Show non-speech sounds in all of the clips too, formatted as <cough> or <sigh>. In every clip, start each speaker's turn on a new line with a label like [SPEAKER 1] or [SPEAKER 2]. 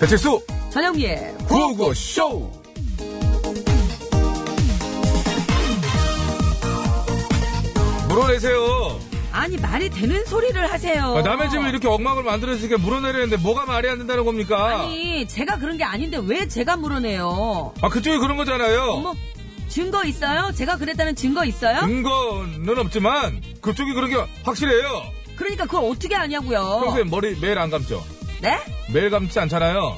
[SPEAKER 1] 배칠수
[SPEAKER 2] 전영미의
[SPEAKER 1] 구호구쇼 물어내세요.
[SPEAKER 2] 아니 말이 되는 소리를 하세요.
[SPEAKER 1] 아, 남의 집을 이렇게 엉망을 만들어주게 물어내려는데 뭐가 말이 안 된다는 겁니까?
[SPEAKER 2] 아니 제가 그런 게 아닌데 왜 제가 물어내요?
[SPEAKER 1] 아, 그쪽이 그런 거잖아요.
[SPEAKER 2] 어머 증거 있어요? 제가 그랬다는 증거 있어요?
[SPEAKER 1] 근거는 없지만 그쪽이 그런 게 확실해요.
[SPEAKER 2] 그러니까 그걸 어떻게 아냐고요?
[SPEAKER 1] 평소에 머리 매일 안 감죠?
[SPEAKER 2] 네?
[SPEAKER 1] 매일 감지 않잖아요.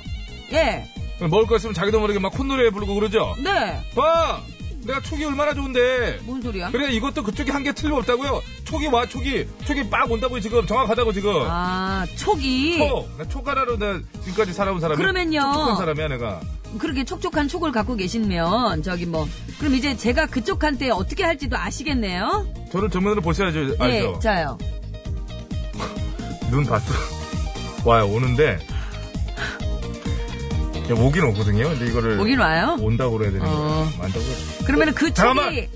[SPEAKER 2] 예.
[SPEAKER 1] 그럼 먹을 거 있으면 자기도 모르게 막 콧노래 부르고 그러죠?
[SPEAKER 2] 네.
[SPEAKER 1] 봐! 내가 촉이 얼마나 좋은데.
[SPEAKER 2] 뭔 소리야?
[SPEAKER 1] 그래 이것도 그쪽이 한 게 틀림없다고요. 촉이 와 촉이 촉이 빡 온다고 지금 정확하다고 지금.
[SPEAKER 2] 아 촉이
[SPEAKER 1] 촉. 나 촉가라로 내 지금까지 살아온 사람이.
[SPEAKER 2] 그러면요.
[SPEAKER 1] 똑똑한 사람이야 내가.
[SPEAKER 2] 그렇게 촉촉한 촉을 갖고 계시면 저기 뭐 그럼 이제 제가 그쪽한테 어떻게 할지도 아시겠네요?
[SPEAKER 1] 저를 정면으로 보셔야죠 알죠.
[SPEAKER 2] 예. 자요.
[SPEAKER 1] 눈 봤어. <laughs> 와요 오는데. 야, 오긴 오거든요. 근데 이거를
[SPEAKER 2] 오긴 와요?
[SPEAKER 1] 온다고 그래야 되는
[SPEAKER 2] 어.
[SPEAKER 1] 거예요. 안다고.
[SPEAKER 2] 그러면 그 촉이
[SPEAKER 1] 잠깐만.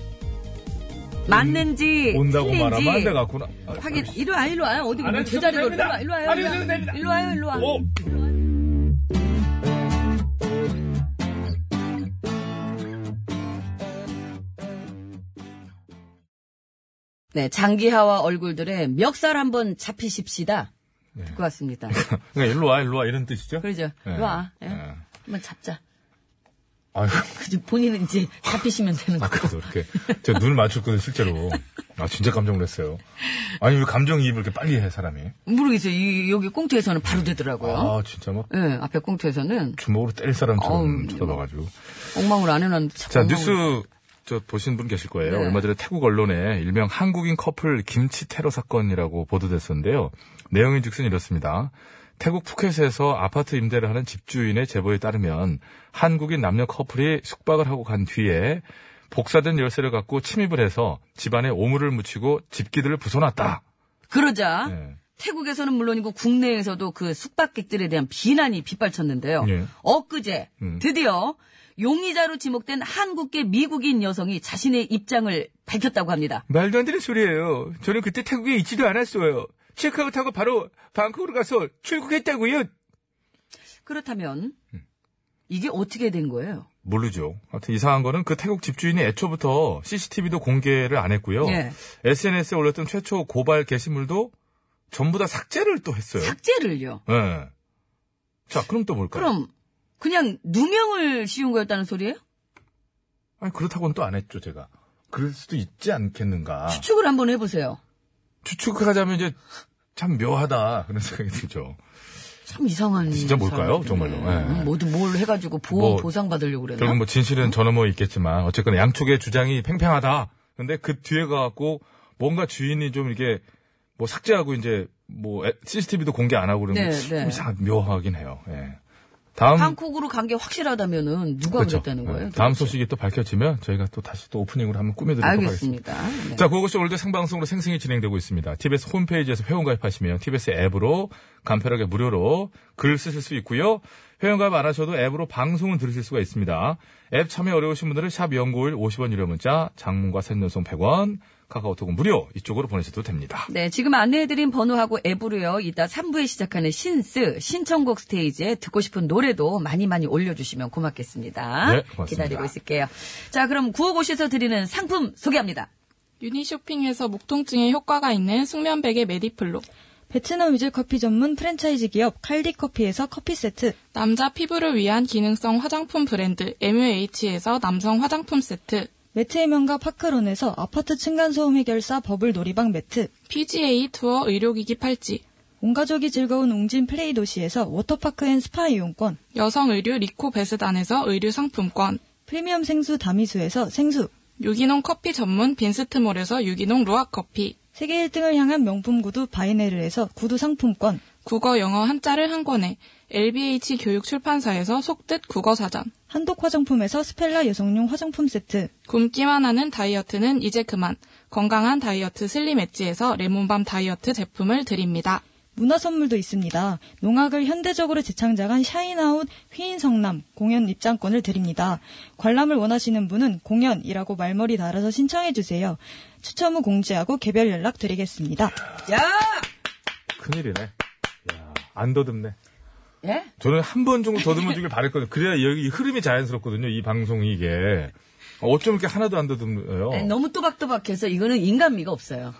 [SPEAKER 2] 맞는지
[SPEAKER 1] 온다고
[SPEAKER 2] 틀린지
[SPEAKER 1] 말하면 안 돼 갖구나. 아,
[SPEAKER 2] 확인. 이리 와, 이리 와요. 어디
[SPEAKER 1] 안
[SPEAKER 2] 보면
[SPEAKER 1] 해도
[SPEAKER 2] 제자리로 일로
[SPEAKER 1] 됩니다.
[SPEAKER 2] 와, 일로 와요.
[SPEAKER 1] 안
[SPEAKER 2] 일로
[SPEAKER 1] 해도
[SPEAKER 2] 와요.
[SPEAKER 1] 됩니다.
[SPEAKER 2] 일로 와요, 일로 와.
[SPEAKER 1] 오.
[SPEAKER 2] 네, 장기하와 얼굴들의 멱살 한번 잡히십시다.
[SPEAKER 1] 네. <laughs>
[SPEAKER 2] 듣고 왔습니다.
[SPEAKER 1] 그러니까 일로 와 일로 와 이런 뜻이죠.
[SPEAKER 2] 그러죠.
[SPEAKER 1] 예.
[SPEAKER 2] 일로 와. 예.
[SPEAKER 1] 예.
[SPEAKER 2] 한번 잡자.
[SPEAKER 1] 아유.
[SPEAKER 2] 그죠. 본인은 이제 잡히시면
[SPEAKER 1] <laughs>
[SPEAKER 2] 되는
[SPEAKER 1] 아,
[SPEAKER 2] 거.
[SPEAKER 1] 그래서 이렇게. 제가 눈을 맞췄거든요, 실제로. 아, 진짜 감정 놀랐어요. 아니, 왜 감정이입을 이렇게 빨리 해, 사람이?
[SPEAKER 2] 모르겠어요. 이, 여기 꽁트에서는 바로 되더라고요.
[SPEAKER 1] 아, 진짜 막
[SPEAKER 2] 예, 앞에 꽁트에서는
[SPEAKER 1] 주먹으로 때릴 사람처럼
[SPEAKER 2] 어우,
[SPEAKER 1] 쳐다봐가지고.
[SPEAKER 2] 엉망을 안 해놨는데. 자꾸
[SPEAKER 1] 자,
[SPEAKER 2] 엉망을-
[SPEAKER 1] 뉴스, 저, 보신 분 계실 거예요.
[SPEAKER 2] 네.
[SPEAKER 1] 얼마 전에 태국 언론에 일명 한국인 커플 김치 테러 사건이라고 보도됐었는데요. 내용인 즉슨 이렇습니다. 태국 푸켓에서 아파트 임대를 하는 집주인의 제보에 따르면 한국인 남녀 커플이 숙박을 하고 간 뒤에 복사된 열쇠를 갖고 침입을 해서 집안에 오물을 묻히고 집기들을 부숴놨다.
[SPEAKER 2] 그러자
[SPEAKER 1] 예.
[SPEAKER 2] 태국에서는 물론이고 국내에서도 그 숙박객들에 대한 비난이 빗발쳤는데요.
[SPEAKER 1] 예.
[SPEAKER 2] 엊그제
[SPEAKER 1] 음.
[SPEAKER 2] 드디어 용의자로 지목된 한국계 미국인 여성이 자신의 입장을 밝혔다고 합니다.
[SPEAKER 1] 말도 안 되는 소리예요. 저는 그때 태국에 있지도 않았어요. 체크아웃하고 바로 방콕으로 가서 출국했다고요.
[SPEAKER 2] 그렇다면
[SPEAKER 1] 음.
[SPEAKER 2] 이게 어떻게 된 거예요?
[SPEAKER 1] 모르죠. 하여튼 이상한 거는 그 태국 집주인이 애초부터 CCTV도 공개를 안 했고요.
[SPEAKER 2] 예.
[SPEAKER 1] SNS에 올렸던 최초 고발 게시물도 전부 다 삭제를 또 했어요.
[SPEAKER 2] 삭제를요.
[SPEAKER 1] 예. 자, 그럼 또 뭘까요?
[SPEAKER 2] 그럼 그냥 누명을 씌운 거였다는 소리예요?
[SPEAKER 1] 아니, 그렇다고는 또 안 했죠, 제가. 그럴 수도 있지 않겠는가.
[SPEAKER 2] 추측을 한번 해보세요.
[SPEAKER 1] 추측을 하자면 이제 참 묘하다. 그런 생각이 들죠.
[SPEAKER 2] 참 이상한.
[SPEAKER 1] 아, 진짜 뭘까요?
[SPEAKER 2] 사람들이네.
[SPEAKER 1] 정말로. 예.
[SPEAKER 2] 음, 모두 뭘 해가지고 보험
[SPEAKER 1] 뭐,
[SPEAKER 2] 보상 받으려고 그랬나?
[SPEAKER 1] 결국 뭐 진실은 전어뭐 있겠지만 어쨌거나 양쪽의 주장이 팽팽하다. 근데 그 뒤에 가갖고 뭔가 주인이 좀 이렇게 뭐 삭제하고 이제 뭐 에- CCTV도 공개 안 하고 그런
[SPEAKER 2] 네,
[SPEAKER 1] 게
[SPEAKER 2] 네.
[SPEAKER 1] 이상 묘하긴 해요. 예. 다음
[SPEAKER 2] 방콕으로 간 게 확실하다면은 누가
[SPEAKER 1] 그렇죠.
[SPEAKER 2] 그랬다는
[SPEAKER 1] 예.
[SPEAKER 2] 거예요?
[SPEAKER 1] 다음 소식이 또 밝혀지면 저희가 또 다시 또 오프닝으로 한번 꾸며드리도록 하겠습니다.
[SPEAKER 2] 알겠습니다. 네.
[SPEAKER 1] 자, 그것이 오늘도 생방송으로 생생히 진행되고 있습니다. TBS 홈페이지에서 회원 가입하시면 TBS 앱으로 간편하게 무료로 글 쓰실 수 있고요. 회원가입 안 하셔도 앱으로 방송을 들으실 수가 있습니다. 앱 참여 어려우신 분들은 샵 연구일 50원 유료 문자, 장문과 생년송 100원, 카카오톡은 무료 이쪽으로 보내셔도 됩니다.
[SPEAKER 2] 네, 지금 안내해드린 번호하고 앱으로요, 이따 3부에 시작하는 신스, 신청곡 스테이지에 듣고 싶은 노래도 많이 많이 올려주시면 고맙겠습니다.
[SPEAKER 1] 네, 고맙습니다.
[SPEAKER 2] 기다리고 있을게요. 자, 그럼 구호고시에서 드리는 상품 소개합니다.
[SPEAKER 3] 유니쇼핑에서 목통증에 효과가 있는 숙면백의 메디플로
[SPEAKER 4] 베트남 위즐 커피 전문 프랜차이즈 기업 칼디 커피에서 커피 세트.
[SPEAKER 3] 남자 피부를 위한 기능성 화장품 브랜드 MUH에서 남성 화장품 세트
[SPEAKER 4] 매트 해명과 파크론에서 아파트 층간소음 해결사 버블 놀이방 매트.
[SPEAKER 3] PGA 투어 의료기기 팔찌
[SPEAKER 4] 온 가족이 즐거운 웅진 플레이 도시에서 워터파크 앤 스파 이용권.
[SPEAKER 3] 여성 의류 리코 베스단에서 의류 상품권
[SPEAKER 4] 프리미엄 생수 다미수에서 생수.
[SPEAKER 3] 유기농 커피 전문 빈스트몰에서 유기농 루아 커피
[SPEAKER 4] 세계 1등을 향한 명품 구두 바이네르에서 구두 상품권.
[SPEAKER 3] 국어 영어 한자를 한 권에 LBH 교육 출판사에서 속뜻 국어 사전
[SPEAKER 4] 한독 화장품에서 스펠라 여성용 화장품 세트.
[SPEAKER 3] 굶기만 하는 다이어트는 이제 그만 건강한 다이어트 슬림 엣지에서 레몬밤 다이어트 제품을 드립니다.
[SPEAKER 4] 문화 선물도 있습니다. 농악을 현대적으로 재창작한 샤인아웃 휘인 성남 공연 입장권을 드립니다. 관람을 원하시는 분은 공연이라고 말머리 달아서 신청해 주세요. 추첨 후 공지하고 개별 연락 드리겠습니다.
[SPEAKER 2] 야!
[SPEAKER 1] 큰일이네. 야, 안 더듬네.
[SPEAKER 2] 예?
[SPEAKER 1] 저는 한 번 정도 더듬어 주길 바랬거든요. 그래야 여기 흐름이 자연스럽거든요. 이 방송이 이게. 어쩜 이렇게 하나도 안 더듬어요.
[SPEAKER 2] 아니, 네, 너무 또박또박해서 이거는 인간미가 없어요.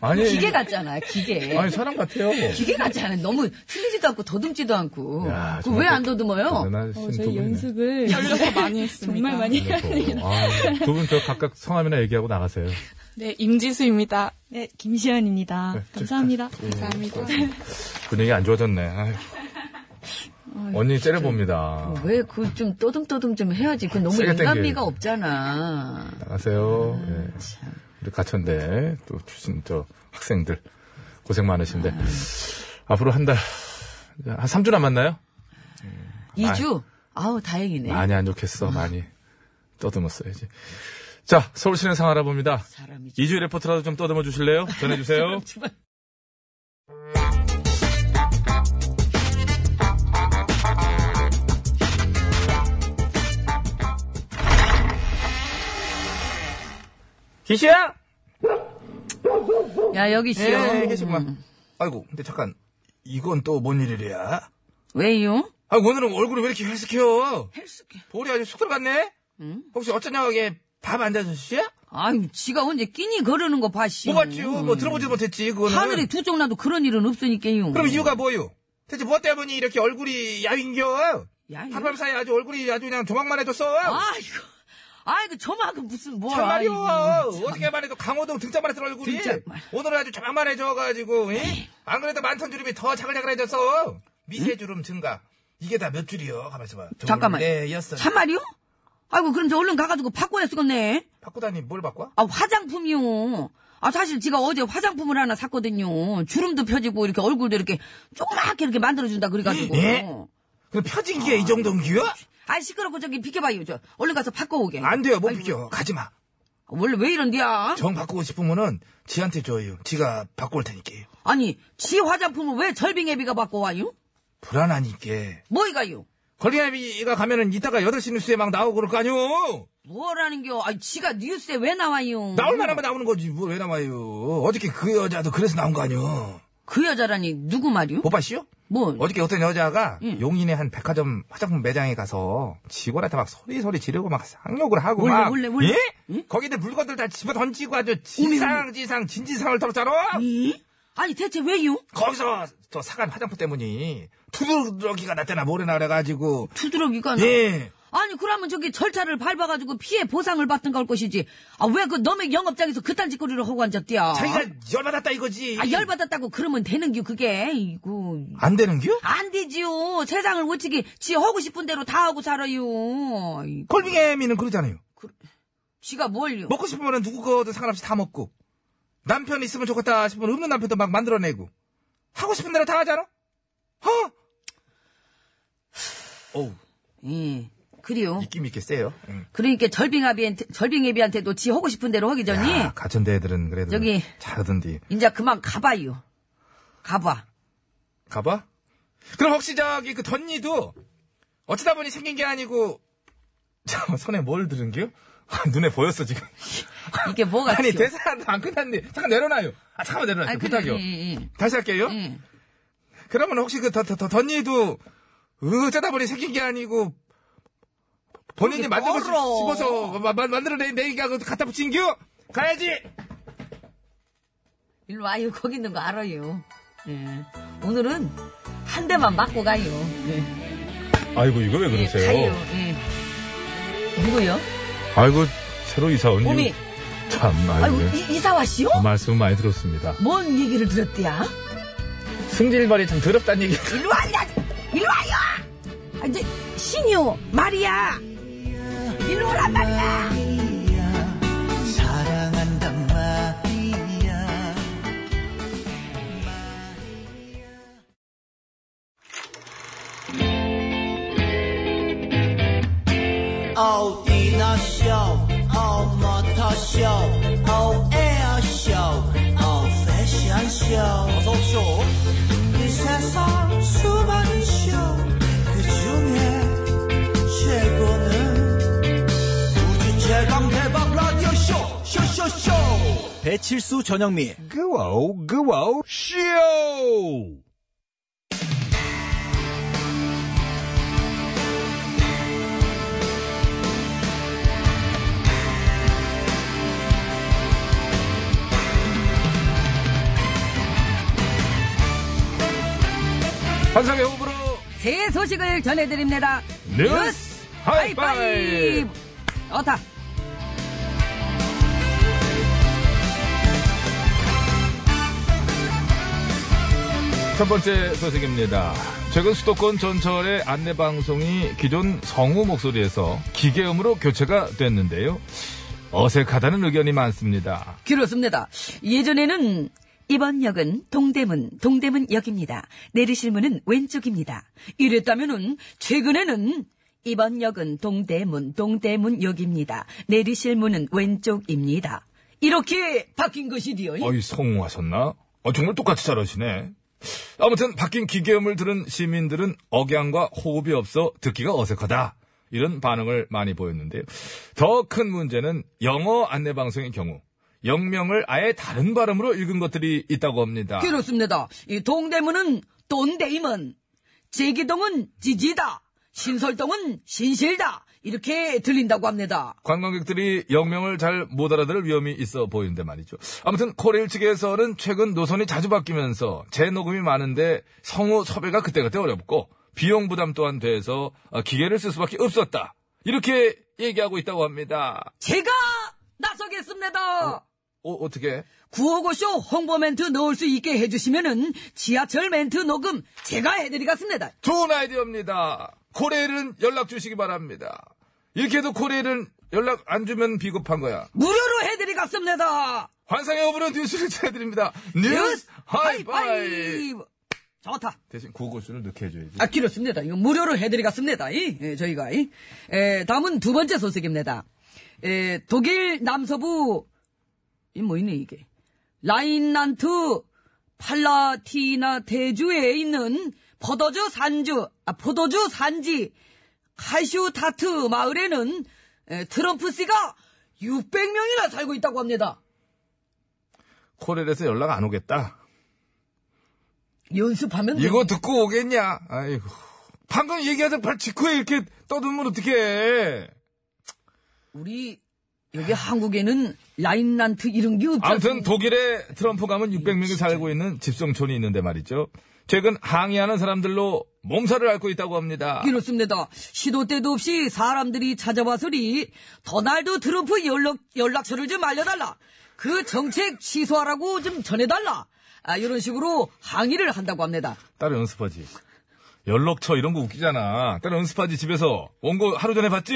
[SPEAKER 1] 아니,
[SPEAKER 2] 기계 같잖아요, 기계.
[SPEAKER 1] 아니, 사람 같아요.
[SPEAKER 2] 기계 같지 않아요. 너무 틀리지도 않고 더듬지도 않고.
[SPEAKER 1] 야,
[SPEAKER 2] 그 왜 안 더듬어요?
[SPEAKER 1] 대단하신 두 분이네.
[SPEAKER 4] 연습을
[SPEAKER 3] 열려서 많이 했습니다.
[SPEAKER 1] 아, 두 분 저 각각 성함이나 얘기하고 나가세요.
[SPEAKER 3] 네, 임지수입니다.
[SPEAKER 4] 네, 김시현입니다. 감사합니다.
[SPEAKER 3] 감사합니다.
[SPEAKER 1] 분위기 안 좋아졌네. 아휴. 언니 째려봅니다.
[SPEAKER 2] 왜 그 좀 떠듬떠듬 좀 해야지. 그 너무
[SPEAKER 1] 세게
[SPEAKER 2] 인간미가
[SPEAKER 1] 땡겨요.
[SPEAKER 2] 없잖아.
[SPEAKER 1] 나가세요. 예.
[SPEAKER 2] 참.
[SPEAKER 1] 우리 가천대 또 출신 저 학생들 고생 많으신데 앞으로 한 달, 한 3주 남았나요?
[SPEAKER 2] 2주? 아우, 다행이네.
[SPEAKER 1] 많이 안 좋겠어, 많이. 떠듬었어야지. 자, 서울시내 상황 알아봅니다.
[SPEAKER 2] 사람이 좀-
[SPEAKER 1] 이주일 레포트라도 좀 떠듬어 주실래요?
[SPEAKER 2] <laughs>
[SPEAKER 1] 전해주세요. 기시야!
[SPEAKER 2] 야, 여기
[SPEAKER 1] 예,
[SPEAKER 2] 있어.
[SPEAKER 1] 음. 아이고, 근데 잠깐. 이건 또 뭔 일이랴?
[SPEAKER 2] 왜요?
[SPEAKER 1] 아, 오늘은 얼굴이 왜 이렇게 헬스케어?
[SPEAKER 2] 헬스케.
[SPEAKER 1] 볼이 아주 쑥 들어갔네?
[SPEAKER 2] 응?
[SPEAKER 1] 혹시 어쩌냐게 밥 안 자셨시야?
[SPEAKER 2] 아유, 지가 언제 끼니 거르는 거 봤시오.
[SPEAKER 1] 못 봤지요. 뭐 들어보지도 못했지, 그거는.
[SPEAKER 2] 음. 하늘이 두 쪽 나도 그런 일은 없으니까요.
[SPEAKER 1] 그럼 이유가 뭐요? 대체 무엇 때문에 이렇게 얼굴이 야윈겨?
[SPEAKER 2] 야, 이거-
[SPEAKER 1] 하룻밤 사이 아주 얼굴이 아주 그냥 조망만 해줬어.
[SPEAKER 2] 아이고. 아이고, 저만큼 무슨 뭐.
[SPEAKER 1] 정말이요.
[SPEAKER 2] 아이고, 참.
[SPEAKER 1] 어저께만 해도 강호동 등짝만 했던 얼굴이
[SPEAKER 2] 등짝만. 네.
[SPEAKER 1] 오늘은 아주 조망만 해져가지고 이? 안 그래도 많던 주름이 더 자글자글해졌어. 미세 주름 증가. 이게 다 몇 줄이요? 가만있어 봐. 둘,
[SPEAKER 2] 잠깐만.
[SPEAKER 1] 네, 여섯.
[SPEAKER 2] 참말이요? 아이고, 그럼 저 얼른 가가지고 바꿔야 쓰겠네.
[SPEAKER 1] 바꾸다니 뭘 바꿔?
[SPEAKER 2] 아, 화장품이요. 아, 사실 제가 어제 화장품을 하나 샀거든요. 주름도 펴지고, 이렇게 얼굴도 이렇게 조그맣게 이렇게 만들어준다 그래가지고.
[SPEAKER 1] 예? 그럼 펴진 게 이 정도인 기요?
[SPEAKER 2] 아, 시끄럽고 저기 비켜봐요. 저 얼른 가서 바꿔오게. 아,
[SPEAKER 1] 안 돼요. 못 비켜. 가지 마.
[SPEAKER 2] 원래 왜 이런데야?
[SPEAKER 1] 정 바꾸고 싶으면은 지한테 줘요. 지가 바꿀 테니까요.
[SPEAKER 2] 아니, 지 화장품을 왜 절빙애비가 바꿔와요?
[SPEAKER 1] 불안하니까.
[SPEAKER 2] 뭐이가요?
[SPEAKER 1] 걸리나비가 가면은 이따가 8시 뉴스에 막 나오고 그럴 거 아니오?
[SPEAKER 2] 뭐라는겨? 아니, 지가 뉴스에 왜 나와요?
[SPEAKER 1] 나올 만하면 나오는 거지. 뭘 왜 나와요? 어저께 그 여자도 그래서 나온 거 아니오?
[SPEAKER 2] 그 여자라니 누구 말이요?
[SPEAKER 1] 못 봤시오?
[SPEAKER 2] 뭐?
[SPEAKER 1] 어저께 어떤 여자가
[SPEAKER 2] 응.
[SPEAKER 1] 용인의 한 백화점 화장품 매장에 가서 직원한테 막 소리소리 지르고 막 상욕을 하고
[SPEAKER 2] 몰래,
[SPEAKER 1] 막.
[SPEAKER 2] 몰래, 음? 몰래.
[SPEAKER 1] 예?
[SPEAKER 2] 응?
[SPEAKER 1] 거기들 물건들 다 집어 던지고 아주 진상, 진상, 진진상을 털었잖아?
[SPEAKER 2] 이? 아니, 대체 왜요?
[SPEAKER 1] 거기서 저 사간 화장품 때문에 두드러기가 났대나 뭐래나 그래가지고.
[SPEAKER 2] 두드러기가 나.
[SPEAKER 1] 예.
[SPEAKER 2] 아니 그러면 저기 절차를 밟아가지고 피해 보상을 받든가 할 것이지 아 왜 그 놈의 영업장에서 그딴 짓거리를 하고 앉았디야 어?
[SPEAKER 1] 자기가 열받았다 이거지.
[SPEAKER 2] 아 열받았다고 그러면 되는겨 그게 이거
[SPEAKER 1] 안 되는겨?
[SPEAKER 2] 안 되지요 세상을 어찌게 지 하고 싶은 대로 다 하고 살아요 이,
[SPEAKER 1] 콜빙애미는 그러잖아요.
[SPEAKER 2] 지가 뭘요
[SPEAKER 1] 먹고 싶으면 누구 거든 상관없이 다 먹고 남편 있으면 좋겠다 싶으면 없는 남편도 막 만들어내고 하고 싶은 대로 다 하잖아. 허? 어우
[SPEAKER 2] 예 그래요
[SPEAKER 1] 입김 있게 세요. 응.
[SPEAKER 2] 그러니까 절빙아비한테 절빙애비한테도 지 하고 싶은 대로 하기 전이
[SPEAKER 1] 야, 가천대 애들은 그래도
[SPEAKER 2] 저기.
[SPEAKER 1] 잘하던디.
[SPEAKER 2] 이제 그만 가봐요 가봐
[SPEAKER 1] 가봐? 그럼 혹시 저기 그 덧니도 어쩌다 보니 생긴 게 아니고 잠 손에 뭘 들은 게요? 아, <laughs> 눈에 보였어 지금.
[SPEAKER 2] 이게 뭐가
[SPEAKER 1] 아니
[SPEAKER 2] 튀어?
[SPEAKER 1] 대사도 안 끝났네. 잠깐 내려놔요. 아 잠깐만 내려놔요.
[SPEAKER 2] 아니,
[SPEAKER 1] 부탁이요.
[SPEAKER 2] 그래, 예, 예.
[SPEAKER 1] 다시 할게요.
[SPEAKER 2] 응.
[SPEAKER 1] 그러면 혹시 그 덧- 덧- 덧- 덧니도 어쩌다 보니 생긴 게 아니고 본인이
[SPEAKER 2] 그러게,
[SPEAKER 1] 만들고 싶-
[SPEAKER 2] 더러워.
[SPEAKER 1] 싶어서 마- 마- 만들어낸 내기가 갖다 붙인 겨? 가야지.
[SPEAKER 2] 일로 와요. 거기 있는 거 알아요. 예. 오늘은 한 대만 맞고 가요. 예.
[SPEAKER 1] 아이고 이거 왜
[SPEAKER 2] 예, 가요. 예. 누구요?
[SPEAKER 1] 네. 아이고 새로 이사 온
[SPEAKER 2] 봄이.
[SPEAKER 1] 참그
[SPEAKER 2] 아이고, 이, 이사와 씨요?
[SPEAKER 1] 말씀 많이 들었습니다.
[SPEAKER 2] 뭔 얘기를 들었대야?
[SPEAKER 1] 승질발이 참 더럽다는 얘기.
[SPEAKER 2] 일로 와야! 일로 와요! 아, 이제, 신유, 말이야! 일로 오란 말이야!
[SPEAKER 5] 사랑한단 말이야 어디나 쇼 어머터 쇼 어에어 쇼 어패션 쇼 어서 쇼 이 세상 수많은 쇼그 중에 최고는 우주 최강 대박 라디오 쇼 쇼쇼쇼 배칠수 전영미 그와우 그와우 쇼
[SPEAKER 1] 환상의 호불호
[SPEAKER 2] 새 소식을 전해드립니다.
[SPEAKER 1] 뉴스 하이파이브.
[SPEAKER 2] 어타.
[SPEAKER 1] 첫 번째 소식입니다. 최근 수도권 전철의 안내 방송이 기존 성우 목소리에서 기계음으로 교체가 됐는데요. 어색하다는 의견이 많습니다.
[SPEAKER 2] 그렇습니다. 예전에는 이번 역은 동대문, 동대문역입니다. 내리실 문은 왼쪽입니다. 이랬다면은 최근에는 이번 역은 동대문, 동대문역입니다. 내리실 문은 왼쪽입니다. 이렇게 바뀐 것이디요. 예?
[SPEAKER 1] 어이 성우하셨나? 어, 정말 똑같이 잘하시네. 아무튼 바뀐 기계음을 들은 시민들은 억양과 호흡이 없어 듣기가 어색하다. 이런 반응을 많이 보였는데요. 더 큰 문제는 영어 안내 방송의 경우 영명을 아예 다른 발음으로 읽은 것들이 있다고 합니다.
[SPEAKER 2] 그렇습니다. 이 동대문은 돈데이먼, 제기동은 지지다, 신설동은 신실다 이렇게 들린다고 합니다.
[SPEAKER 1] 관광객들이 영명을 잘 못 알아들을 위험이 있어 보이는데 말이죠. 아무튼 코레일 측에서는 최근 노선이 자주 바뀌면서 재녹음이 많은데 성우 섭외가 그때그때 어렵고 비용 부담 또한 돼서 아, 기계를 쓸 수밖에 없었다. 이렇게 얘기하고 있다고 합니다.
[SPEAKER 2] 제가 나서겠습니다.
[SPEAKER 1] 어, 어떻게?
[SPEAKER 2] 구호고쇼 홍보 멘트 넣을 수 있게 해주시면은 지하철 멘트 녹음 제가 해드리겠습니다.
[SPEAKER 1] 좋은 아이디어입니다. 코레일은 연락 주시기 바랍니다. 이렇게 해도 코레일은 연락 안 주면 비겁한 거야.
[SPEAKER 2] 무료로 해드리겠습니다.
[SPEAKER 1] 환상의 오브는 뉴스를 <laughs> 전해드립니다. 뉴스 하이파이!
[SPEAKER 2] 하이파이브. 좋다.
[SPEAKER 1] 대신 구호고수를 넣게 해줘야지.
[SPEAKER 2] 아, 그렇습니다. 이거 무료로 해드리겠습니다. 이, 예, 저희가. 이. 에, 다음은 두 번째 소식입니다. 에, 독일 남서부, 이 뭐이네, 이게. 라인란트 팔라티나 대주에 있는 포도주 산주, 아, 포도주 산지, 카슈타트 마을에는 에, 트럼프 씨가 600명이나 살고 있다고 합니다.
[SPEAKER 1] 코레일에서 연락 안 오겠다.
[SPEAKER 2] 연습하면
[SPEAKER 1] 이거 듣고 오겠냐? 아이고. 방금 얘기하던 발 직후에 이렇게 떠들면 어떡해.
[SPEAKER 2] 우리 여기 한국에는 라인란트 이런 게 없지
[SPEAKER 1] 아무튼
[SPEAKER 2] 않습니까?
[SPEAKER 1] 독일에 트럼프 가면 600명이 살고 있는 집성촌이 있는데 말이죠. 최근 항의하는 사람들로 몸살을 앓고 있다고 합니다.
[SPEAKER 2] 그렇습니다. 시도 때도 없이 사람들이 찾아와서리 도널드 트럼프 연락 연락처를 좀 알려달라. 그 정책 취소하라고 좀 전해달라. 아, 이런 식으로 항의를 한다고 합니다.
[SPEAKER 1] 따로 연습하지. 연락처 이런 거 웃기잖아. 따로 연습하지 집에서. 원고 하루 전에 봤지?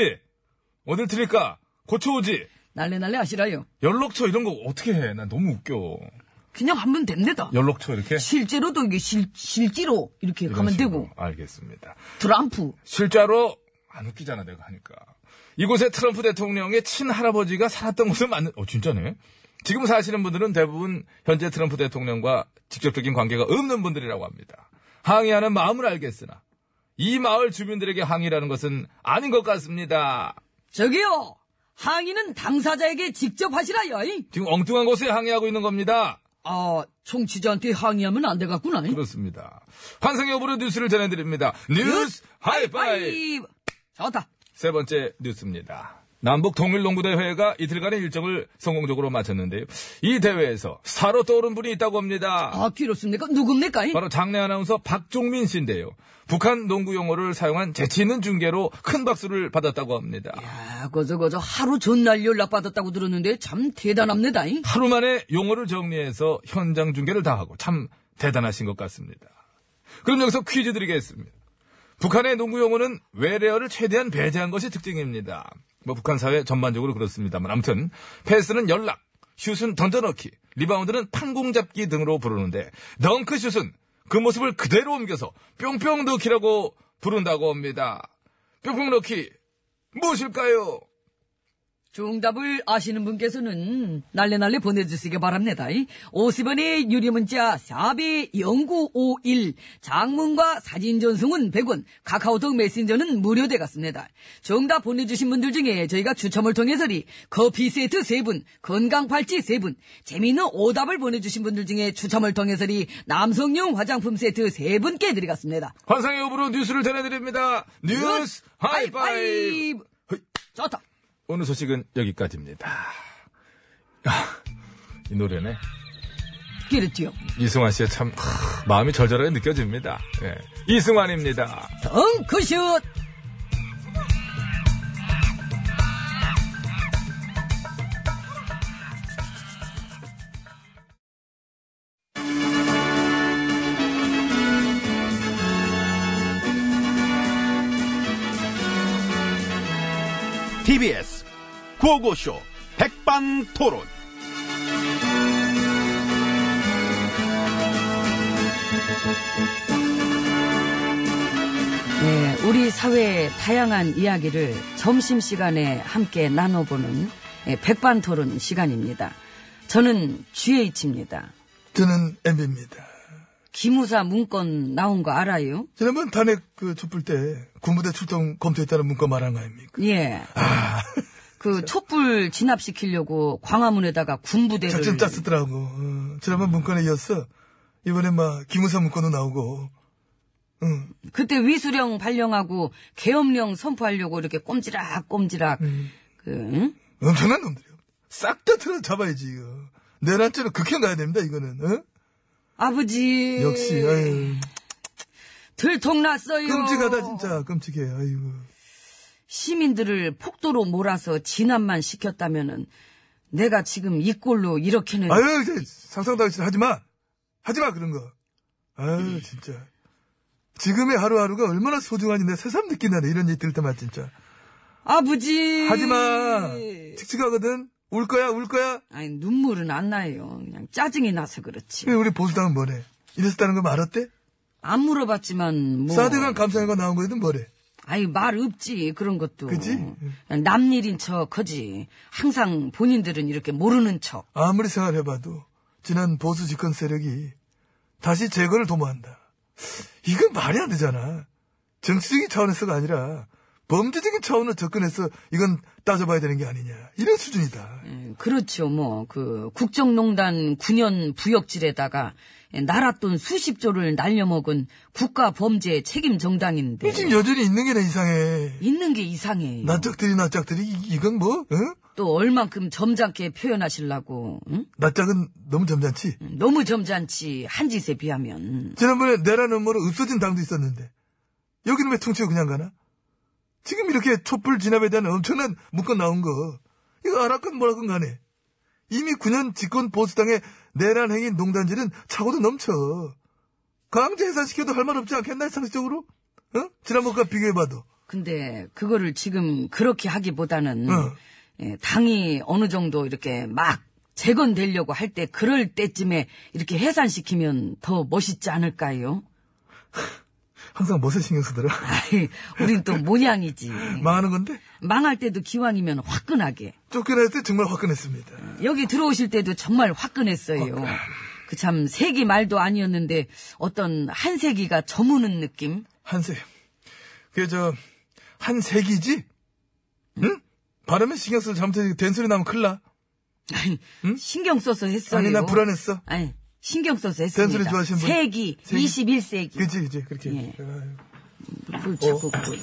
[SPEAKER 1] 어딜 틀릴까? 고쳐오지?
[SPEAKER 2] 날래 날래 하시라요.
[SPEAKER 1] 연락처 이런 거 어떻게 해? 난 너무 웃겨.
[SPEAKER 2] 그냥 하면 됩니다.
[SPEAKER 1] 연락처 이렇게?
[SPEAKER 2] 실제로도 이게 실, 실제로 이렇게
[SPEAKER 1] 예. 이런
[SPEAKER 2] 가면
[SPEAKER 1] 식으로.
[SPEAKER 2] 되고
[SPEAKER 1] 알겠습니다.
[SPEAKER 2] 트럼프
[SPEAKER 1] 실제로 안 웃기잖아 내가 하니까. 이곳에 트럼프 대통령의 친할아버지가 살았던 곳은 맞는, 어, 진짜네. 지금 사시는 분들은 대부분 현재 트럼프 대통령과 직접적인 관계가 없는 분들이라고 합니다. 항의하는 마음을 알겠으나 이 마을 주민들에게 항의라는 것은 아닌 것 같습니다.
[SPEAKER 2] 저기요, 항의는 당사자에게 직접 하시라요. 이.
[SPEAKER 1] 지금 엉뚱한 곳에 항의하고 있는 겁니다.
[SPEAKER 2] 아, 청취자한테 항의하면 안 되겠구나. 이.
[SPEAKER 1] 그렇습니다. 환승 여부로 뉴스를 전해드립니다. 뉴스 하이파이!
[SPEAKER 2] 빠이. 좋다.
[SPEAKER 1] 세 번째 뉴스입니다. 남북 동일농구대회가 이틀간의 일정을 성공적으로 마쳤는데요. 이 대회에서 사로 떠오른 분이 있다고 합니다.
[SPEAKER 2] 아, 그렇습니까? 누굽니까? 이?
[SPEAKER 1] 바로 장내 아나운서 박종민 씨인데요. 북한 농구 용어를 사용한 재치 있는 중계로 큰 박수를 받았다고 합니다.
[SPEAKER 2] 야, 아, 거저 거저 하루 전날 연락받았다고 들었는데 참 대단합니다. 이.
[SPEAKER 1] 하루 만에 용어를 정리해서 현장 중계를 다 하고 참 대단하신 것 같습니다. 그럼 여기서 퀴즈 드리겠습니다. 북한의 농구 용어는 외래어를 최대한 배제한 것이 특징입니다. 뭐 북한 사회 전반적으로 그렇습니다만 아무튼 패스는 연락, 슛은 던져넣기, 리바운드는 판공잡기 등으로 부르는데 덩크슛은 그 모습을 그대로 옮겨서 뿅뿅 넣기라고 부른다고 합니다. 뿅뿅 넣기 무엇일까요?
[SPEAKER 2] 정답을 아시는 분께서는 날래날래 보내주시기 바랍니다. 50원의 유료문자 샵이 0951 장문과 사진 전송은 100원 카카오톡 메신저는 무료되겠습니다. 정답 보내주신 분들 중에 저희가 추첨을 통해서리 커피 세트 3분 건강 팔찌 3분 재미있는 오답을 보내주신 분들 중에 추첨을 통해서리 남성용 화장품 세트 3분께 드리겠습니다.
[SPEAKER 1] 환상의 여부로 뉴스를 전해드립니다. 뉴스 하이파이브!
[SPEAKER 2] 하이파이브. 좋다.
[SPEAKER 1] 오늘 소식은 여기까지입니다. 이 노래네.
[SPEAKER 2] 그렇지요.
[SPEAKER 1] 이승환 씨의 참 크, 마음이 절절하게 느껴집니다. 예. 이승환입니다.
[SPEAKER 2] 덩크슛
[SPEAKER 6] TBS 구호고쇼 백반토론.
[SPEAKER 2] 네, 우리 사회의 다양한 이야기를 점심시간에 함께 나눠보는 예, 백반토론 시간입니다. 저는 GH입니다.
[SPEAKER 7] 저는 엠비입니다.
[SPEAKER 2] 기무사 문건 나온 거 알아요?
[SPEAKER 7] 지난번 탄핵 그 촛불 때 군부대 출동 검토했다는 문건 말한 거 아닙니까?
[SPEAKER 2] 예. 그 촛불 진압시키려고 광화문에다가 군부대를
[SPEAKER 7] 작전 짰었더라고. 어, 지난번 문건에 이어서 이번에 막 기무사 문건도 나오고. 어, 응.
[SPEAKER 2] 그때 위수령 발령하고 계엄령 선포하려고 이렇게 꼼지락꼼지락
[SPEAKER 1] 음.
[SPEAKER 2] 그 응?
[SPEAKER 7] 엄청난 놈들이요. 싹 다 틀어 잡아야지 이거. 내란죄로 극형 가야 됩니다 이거는. 어?
[SPEAKER 2] 아버지
[SPEAKER 7] 역시 아유,
[SPEAKER 2] 들통났어요.
[SPEAKER 7] 끔찍하다 진짜 끔찍해. 아이고.
[SPEAKER 2] 시민들을 폭도로 몰아서 진압만 시켰다면은 내가 지금 이 꼴로 이렇게는
[SPEAKER 7] 아유 이제 상상도 하지 마. 하지 마 그런 거. 아유 진짜. 지금의 하루하루가 얼마나 소중한지 내 새삼 느낀다네 이런 얘기 들을 때마다 진짜.
[SPEAKER 2] 버지
[SPEAKER 7] 하지마.
[SPEAKER 2] 예.
[SPEAKER 7] 칙칙하거든. 울 거야, 울 거야.
[SPEAKER 2] 아니 눈물은 안 나요. 그냥 짜증이 나서 그렇지.
[SPEAKER 7] 우리 보수당은 뭐래? 이랬었다는 거 말았대?
[SPEAKER 2] 안 물어봤지만 뭐.
[SPEAKER 7] 사대강 감사회가 나온 거에도 뭐래?
[SPEAKER 2] 아니 말 없지 그런 것도.
[SPEAKER 7] 그지?
[SPEAKER 2] 그냥 남 일인 척하지. 항상 본인들은 이렇게 모르는 척.
[SPEAKER 7] 아무리 생활해봐도 지난 보수 집권 세력이 다시 제거를 도모한다. 이건 말이 안 되잖아. 정치적인 차원에서가 아니라 범죄적인 차원으로 접근해서 이건 따져봐야 되는 게 아니냐. 이런 수준이다.
[SPEAKER 2] 음, 그렇죠 뭐 그 국정농단 9년 부역질에다가 날았던 수십 조를 날려먹은 국가 범죄 책임 정당인데.
[SPEAKER 7] 이 지금 여전히 있는 게 내 이상해.
[SPEAKER 2] 있는 게 이상해. 요
[SPEAKER 7] 낯짝들이 낯짝들이 이- 이건 뭐? 응?
[SPEAKER 2] 또 얼만큼 점잖게 표현하시려고. 응?
[SPEAKER 7] 낯짝은 너무 점잖지?
[SPEAKER 2] 너무 점잖지 한 짓에 비하면.
[SPEAKER 7] 지난번에 내란 음모로 없어진 당도 있었는데 여기는 왜 통치고 그냥 가나? 지금 이렇게 촛불 진압에 대한 엄청난 문건 나온 거 이거 알았건 뭐라건 간에 이미 9년 집권 보수당의 내란 행위 농단질은 차고도 넘쳐 강제 해산시켜도 할 말 없지 않겠나 상식적으로? 어? 지난번과 비교해봐도
[SPEAKER 2] 근데 그거를 지금 그렇게 하기보다는
[SPEAKER 7] 응.
[SPEAKER 2] 예, 당이 어느 정도 이렇게 막 재건되려고 할 때 그럴 때쯤에 이렇게 해산시키면 더 멋있지 않을까요?
[SPEAKER 7] 항상 무엇에 신경 쓰더라
[SPEAKER 2] 아이, 우린 또 모양이지.
[SPEAKER 7] 망하는 건데
[SPEAKER 2] 망할 때도 기왕이면 화끈하게.
[SPEAKER 7] 쫓겨날 때 정말 화끈했습니다 아.
[SPEAKER 2] 여기 들어오실 때도 정말 화끈했어요. 그 참 세기 말도 아니었는데 어떤 한 세기가 저무는 느낌?
[SPEAKER 7] 한세. 그게 저, 한세기지? 응? 발음에 신경 쓰면 잘못해. 된소리 나면 큰일 나.
[SPEAKER 2] 신경 써서 했어요.
[SPEAKER 7] 아니, 나 불안했어.
[SPEAKER 2] 아니, 신경 써서 했습니다.
[SPEAKER 7] 댄스를 좋아하시는 분.
[SPEAKER 2] 세기,
[SPEAKER 7] 세기.
[SPEAKER 2] 21세기.
[SPEAKER 7] 그지, 어? 그지. 그렇게.
[SPEAKER 2] 예.
[SPEAKER 7] 아유,
[SPEAKER 2] 그걸 자꾸 그걸.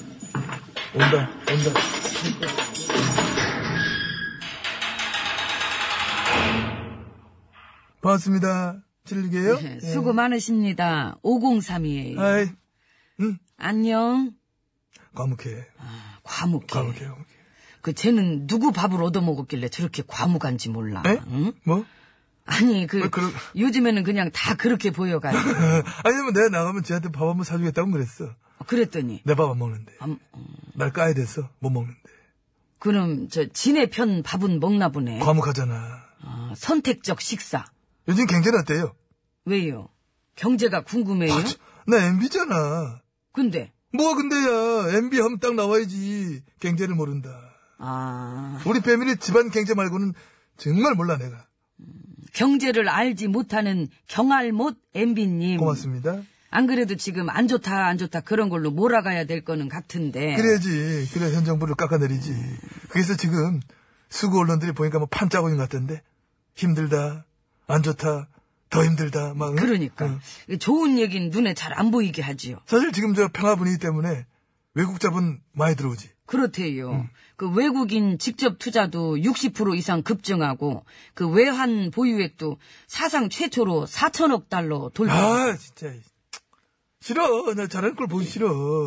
[SPEAKER 7] 온다, 온다. 반갑습니다. 질리게요? 예.
[SPEAKER 2] 네, 수고 많으십니다. 503이에요.
[SPEAKER 7] 아이,
[SPEAKER 2] 안녕.
[SPEAKER 7] 과묵해.
[SPEAKER 2] 과묵해.
[SPEAKER 7] 과묵해, 과묵해.
[SPEAKER 2] 그 쟤는 누구 밥을 얻어먹었길래 저렇게 과묵한지 몰라.
[SPEAKER 7] 에?
[SPEAKER 2] 아, 응?
[SPEAKER 7] 뭐? <laughs>
[SPEAKER 2] 아니 그
[SPEAKER 7] 왜 그러-
[SPEAKER 2] 요즘에는 그냥 다 그렇게
[SPEAKER 7] <laughs>
[SPEAKER 2] 보여가지고
[SPEAKER 7] 아니면 뭐 내가 나가면 쟤한테 밥 한 번 사주겠다고 그랬어.
[SPEAKER 2] 그랬더니
[SPEAKER 7] 내 밥 안 먹는데.
[SPEAKER 2] 음,
[SPEAKER 7] 날 까야 돼서 못 먹는데.
[SPEAKER 2] 그럼 저 진의 편 밥은 먹나 보네.
[SPEAKER 7] 과묵하잖아.
[SPEAKER 2] 아, 선택적 식사.
[SPEAKER 7] 요즘 경제는 어때요?
[SPEAKER 2] 예?
[SPEAKER 7] 그렇죠?
[SPEAKER 2] 왜요? 경제가 궁금해요?
[SPEAKER 7] 나 MB잖아.
[SPEAKER 2] 근데
[SPEAKER 7] 뭐가 근데야. MB 하면 딱 나와야지. 경제를 모른다.
[SPEAKER 2] 아
[SPEAKER 7] 우리 패밀리 집안 경제 말고는 정말 몰라, 내가.
[SPEAKER 2] 경제를 알지 못하는 경알못 엠비님.
[SPEAKER 7] 고맙습니다.
[SPEAKER 2] 안 그래도 지금 안 좋다 안 좋다 그런 걸로 몰아가야 될 거는 같은데.
[SPEAKER 7] 그래야지. 그래야 현 정부를 깎아내리지. 그래서 지금 수구 언론들이 보니까 뭐 판짜고인 것 같던데. 힘들다. 안 좋다. 더 힘들다. 막. 응?
[SPEAKER 2] 그러니까
[SPEAKER 7] 응.
[SPEAKER 2] 좋은 얘기는 눈에 잘 안 보이게 하지요.
[SPEAKER 7] 사실 지금 저 평화 분위기 때문에 외국 자본 많이 들어오지.
[SPEAKER 2] 그렇대요. 그 외국인 직접 투자도 60% 이상 급증하고 그 외환 보유액도 사상 최초로 4천억 달러 돌파.
[SPEAKER 7] 아, 진짜. 싫어. 나 잘하는 걸 보기 싫어.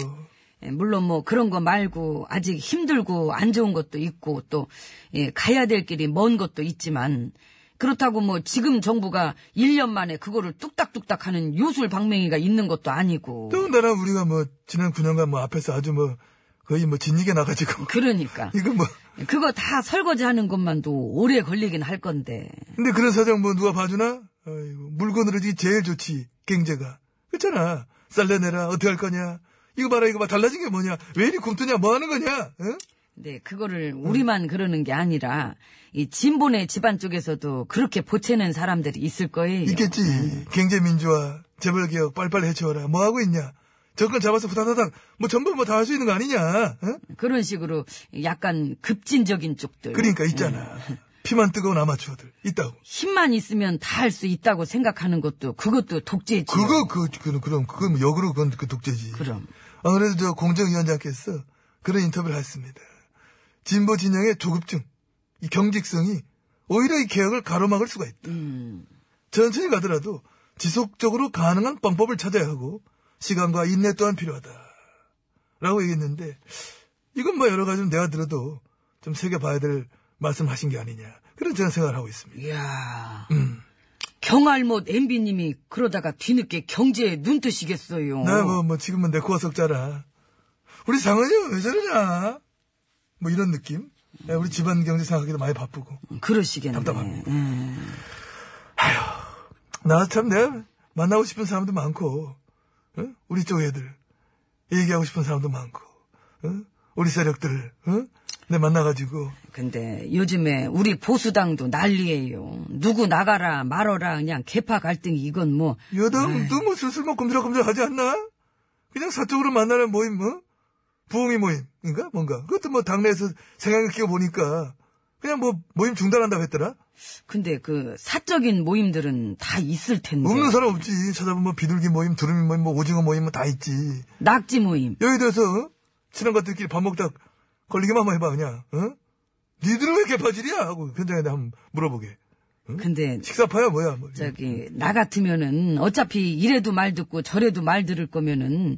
[SPEAKER 2] 예, 물론 뭐 그런 거 말고 아직 힘들고 안 좋은 것도 있고 또 예, 가야 될 길이 먼 것도 있지만 그렇다고 뭐 지금 정부가 1년 만에 그거를 뚝딱뚝딱 하는 요술 방맹이가 있는 것도 아니고
[SPEAKER 7] 더군다나 우리가 뭐 지난 9년간 뭐 앞에서 아주 뭐 거의 뭐 진이게 나가지고. <laughs>
[SPEAKER 2] 그러니까
[SPEAKER 7] 이거 뭐.
[SPEAKER 2] 그거 다 설거지하는 것만도 오래 걸리긴 할 건데
[SPEAKER 7] 근데 그런 사정 뭐 누가 봐주나? 아이고, 물건으로 지 제일 좋지, 경제가. 그렇잖아. 쌀내내라, 어떻게 할 거냐. 이거 봐라, 이거 봐. 달라진 게 뭐냐. 왜 이리 굶뜨냐, 뭐 하는 거냐. 응?
[SPEAKER 2] 네, 그거를 우리만 그러는 게 아니라 이 진본의 집안 쪽에서도 그렇게 보채는 사람들이 있을 거예요. 네.
[SPEAKER 7] 있겠지. 경제민주화, 재벌개혁, 빨리빨리 해치워라. 뭐 하고 있냐. 정권 잡아서 후다다닥, 뭐 전부 뭐 다 할 수 있는 거 아니냐. 응?
[SPEAKER 2] 그런 식으로 약간 급진적인 쪽들.
[SPEAKER 7] 그러니까 있잖아.
[SPEAKER 2] 네.
[SPEAKER 7] 피만 뜨거운 아마추어들. 있다고.
[SPEAKER 2] 힘만 있으면 다 할 수 있다고 생각하는 것도 그것도 독재지.
[SPEAKER 7] 그거, 그, 그, 그럼, 그건 역으로 그건 그 독재지.
[SPEAKER 2] 그럼.
[SPEAKER 7] 아, 그래서 저 공정위원장께서 그런 인터뷰를 했습니다. 진보 진영의 조급증, 이 경직성이 오히려 이 개혁을 가로막을 수가 있다. 천천히 가더라도 지속적으로 가능한 방법을 찾아야 하고 시간과 인내 또한 필요하다. 라고 얘기했는데 이건 뭐 여러 가지 좀 내가 들어도 좀 새겨봐야 될 말씀하신 게 아니냐. 그런 저는 생각을 하고 있습니다.
[SPEAKER 2] 이야.
[SPEAKER 7] 음.
[SPEAKER 2] 경알못 MB님이 그러다가 뒤늦게 경제에 눈 뜨시겠어요.
[SPEAKER 7] 나 뭐, 뭐 지금은 내 코가 석자라. 우리 상은이 왜 저러냐? 뭐 이런 느낌? 야, 우리 집안 경제 생각하기도 많이 바쁘고.
[SPEAKER 2] 그러시겠네.
[SPEAKER 7] 답답합니다.
[SPEAKER 2] 음.
[SPEAKER 7] 나 참 내가 만나고 싶은 사람도 많고, 어? 우리 쪽 애들 얘기하고 싶은 사람도 많고, 어? 우리 세력들, 어? 내 만나가지고
[SPEAKER 2] 근데 요즘에 우리 보수당도 난리예요. 누구 나가라 말어라 그냥 개파 갈등이 이건 뭐
[SPEAKER 7] 여당도 뭐 슬슬 뭐 꼼지락꼼지락하지 않나? 그냥 사적으로 만나는 모임, 뭐 부흥이 모임인가 뭔가 그것도 뭐 당내에서 생각을 끼워 보니까 그냥 뭐 모임 중단한다고 했더라.
[SPEAKER 2] 근데 그 사적인 모임들은 다 있을 텐데
[SPEAKER 7] 없는 사람 없지. 찾아보면 뭐 비둘기 모임, 두루미 모임, 뭐 오징어 모임 뭐 다 있지.
[SPEAKER 2] 낙지 모임
[SPEAKER 7] 여의도에서 어? 친한 것들끼리 밥 먹다 걸리기만 한번 해봐 그냥 어? 니들은 왜 개파질이야 하고 현장에 다 한번 물어보게
[SPEAKER 2] 근데
[SPEAKER 7] 식사파야 뭐야 뭐.
[SPEAKER 2] 저기 나 같으면은 어차피 이래도 말 듣고 저래도 말 들을 거면은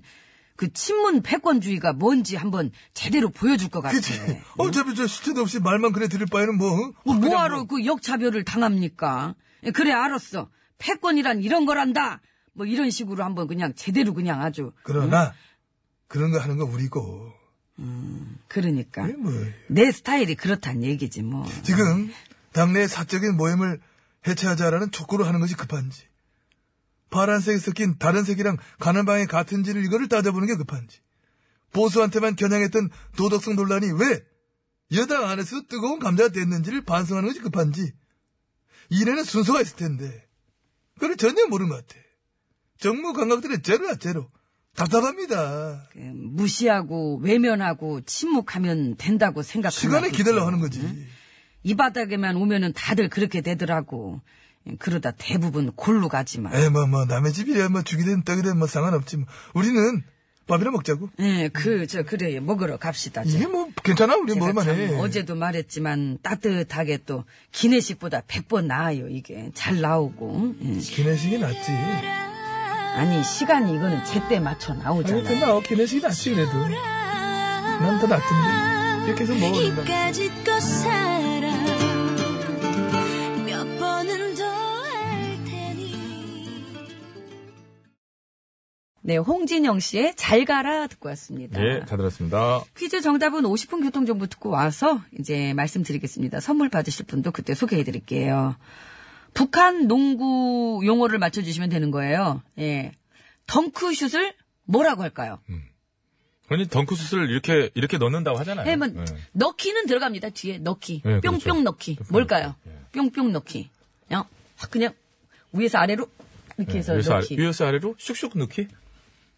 [SPEAKER 2] 그 친문 패권주의가 뭔지 한번 제대로 보여줄 것 같아.
[SPEAKER 7] 그치 <laughs> 어차피 저 시체도 없이 말만 그래 드릴 바에는 뭐 어?
[SPEAKER 2] 뭐 뭐하러 그 역차별을 당합니까? 예, 그래 알았어. 패권이란 이런 거란다. 뭐 이런 식으로 한번 그냥 제대로 그냥 아주
[SPEAKER 7] 그러나 그런 거 하는 거 우리고
[SPEAKER 2] 그러니까
[SPEAKER 7] 그게 뭐
[SPEAKER 2] 내 스타일이 그렇단 얘기지 뭐.
[SPEAKER 7] 지금 당내 사적인 모임을 해체하자라는 촉구로 하는 것이 급한지 파란색이 섞인 다른 색이랑 가는 방향이 같은지를 이거를 따져보는 게 급한지 보수한테만 겨냥했던 도덕성 논란이 왜 여당 안에서 도 뜨거운 감자가 됐는지를 반성하는 것이 급한지 이래는 순서가 있을 텐데 그걸 전혀 모르는 것 같아. 정무 감각들은 제로야, 제로. 답답합니다.
[SPEAKER 2] 그, 무시하고 외면하고 침묵하면 된다고 생각하는
[SPEAKER 7] 시간을
[SPEAKER 2] 것도
[SPEAKER 7] 기다려
[SPEAKER 2] 있죠.
[SPEAKER 7] 하는 거지.
[SPEAKER 2] 이 바닥에만 오면은 다들 그렇게 되더라고. 예, 그러다 대부분 골로 가지만.
[SPEAKER 7] 에이, 뭐, 뭐, 남의 집이야, 뭐, 죽이든 떡이든 뭐, 상관없지. 뭐. 우리는 밥이나 먹자고.
[SPEAKER 2] 예, 그, 저, 그래요. 먹으러 갑시다. 저.
[SPEAKER 7] 이게 뭐, 괜찮아, 우리
[SPEAKER 2] 제가
[SPEAKER 7] 먹을만
[SPEAKER 2] 참
[SPEAKER 7] 해.
[SPEAKER 2] 어제도 말했지만 따뜻하게 또 기내식보다 100번 나아요, 이게. 잘 나오고. 예.
[SPEAKER 7] 기내식이 낫지.
[SPEAKER 2] 아니, 시간이 이거는 제때 맞춰
[SPEAKER 7] 아니,
[SPEAKER 2] 나오잖아요.
[SPEAKER 7] 끝나. 어, 기내식이 낫지, 그래도. 난 더 낫던데. 이렇게 해서 뭐 먹어야 된
[SPEAKER 4] 이까짓 껏 살아 몇 번은 더 할 테니
[SPEAKER 2] 네, 홍진영 씨의 잘 가라 듣고 왔습니다.
[SPEAKER 1] 예, 잘 들었습니다.
[SPEAKER 2] 퀴즈 정답은 50분 교통정보 듣고 와서 이제 말씀드리겠습니다. 선물 받으실 분도 그때 소개해드릴게요. 북한 농구 용어를 맞춰주시면 되는 거예요. 예. 덩크슛을 뭐라고 할까요?
[SPEAKER 1] 아니, 덩크슛을 이렇게, 이렇게 넣는다고 하잖아요.
[SPEAKER 2] 예, 뭐,
[SPEAKER 1] 예.
[SPEAKER 2] 넣기는 들어갑니다. 뒤에 넣기.
[SPEAKER 1] 예,
[SPEAKER 2] 뿅뿅
[SPEAKER 1] 그렇죠. 네.
[SPEAKER 2] 넣기.
[SPEAKER 1] 뿅뿅
[SPEAKER 2] 뭘까요?
[SPEAKER 1] 넣기,
[SPEAKER 2] 뿅뿅 넣기. 그냥, 확 그냥 위에서 아래로 이렇게 해서
[SPEAKER 1] 네, 위에서, 예, 아래,
[SPEAKER 2] 넣기.
[SPEAKER 1] 위에서 아래로 슉슉 넣기?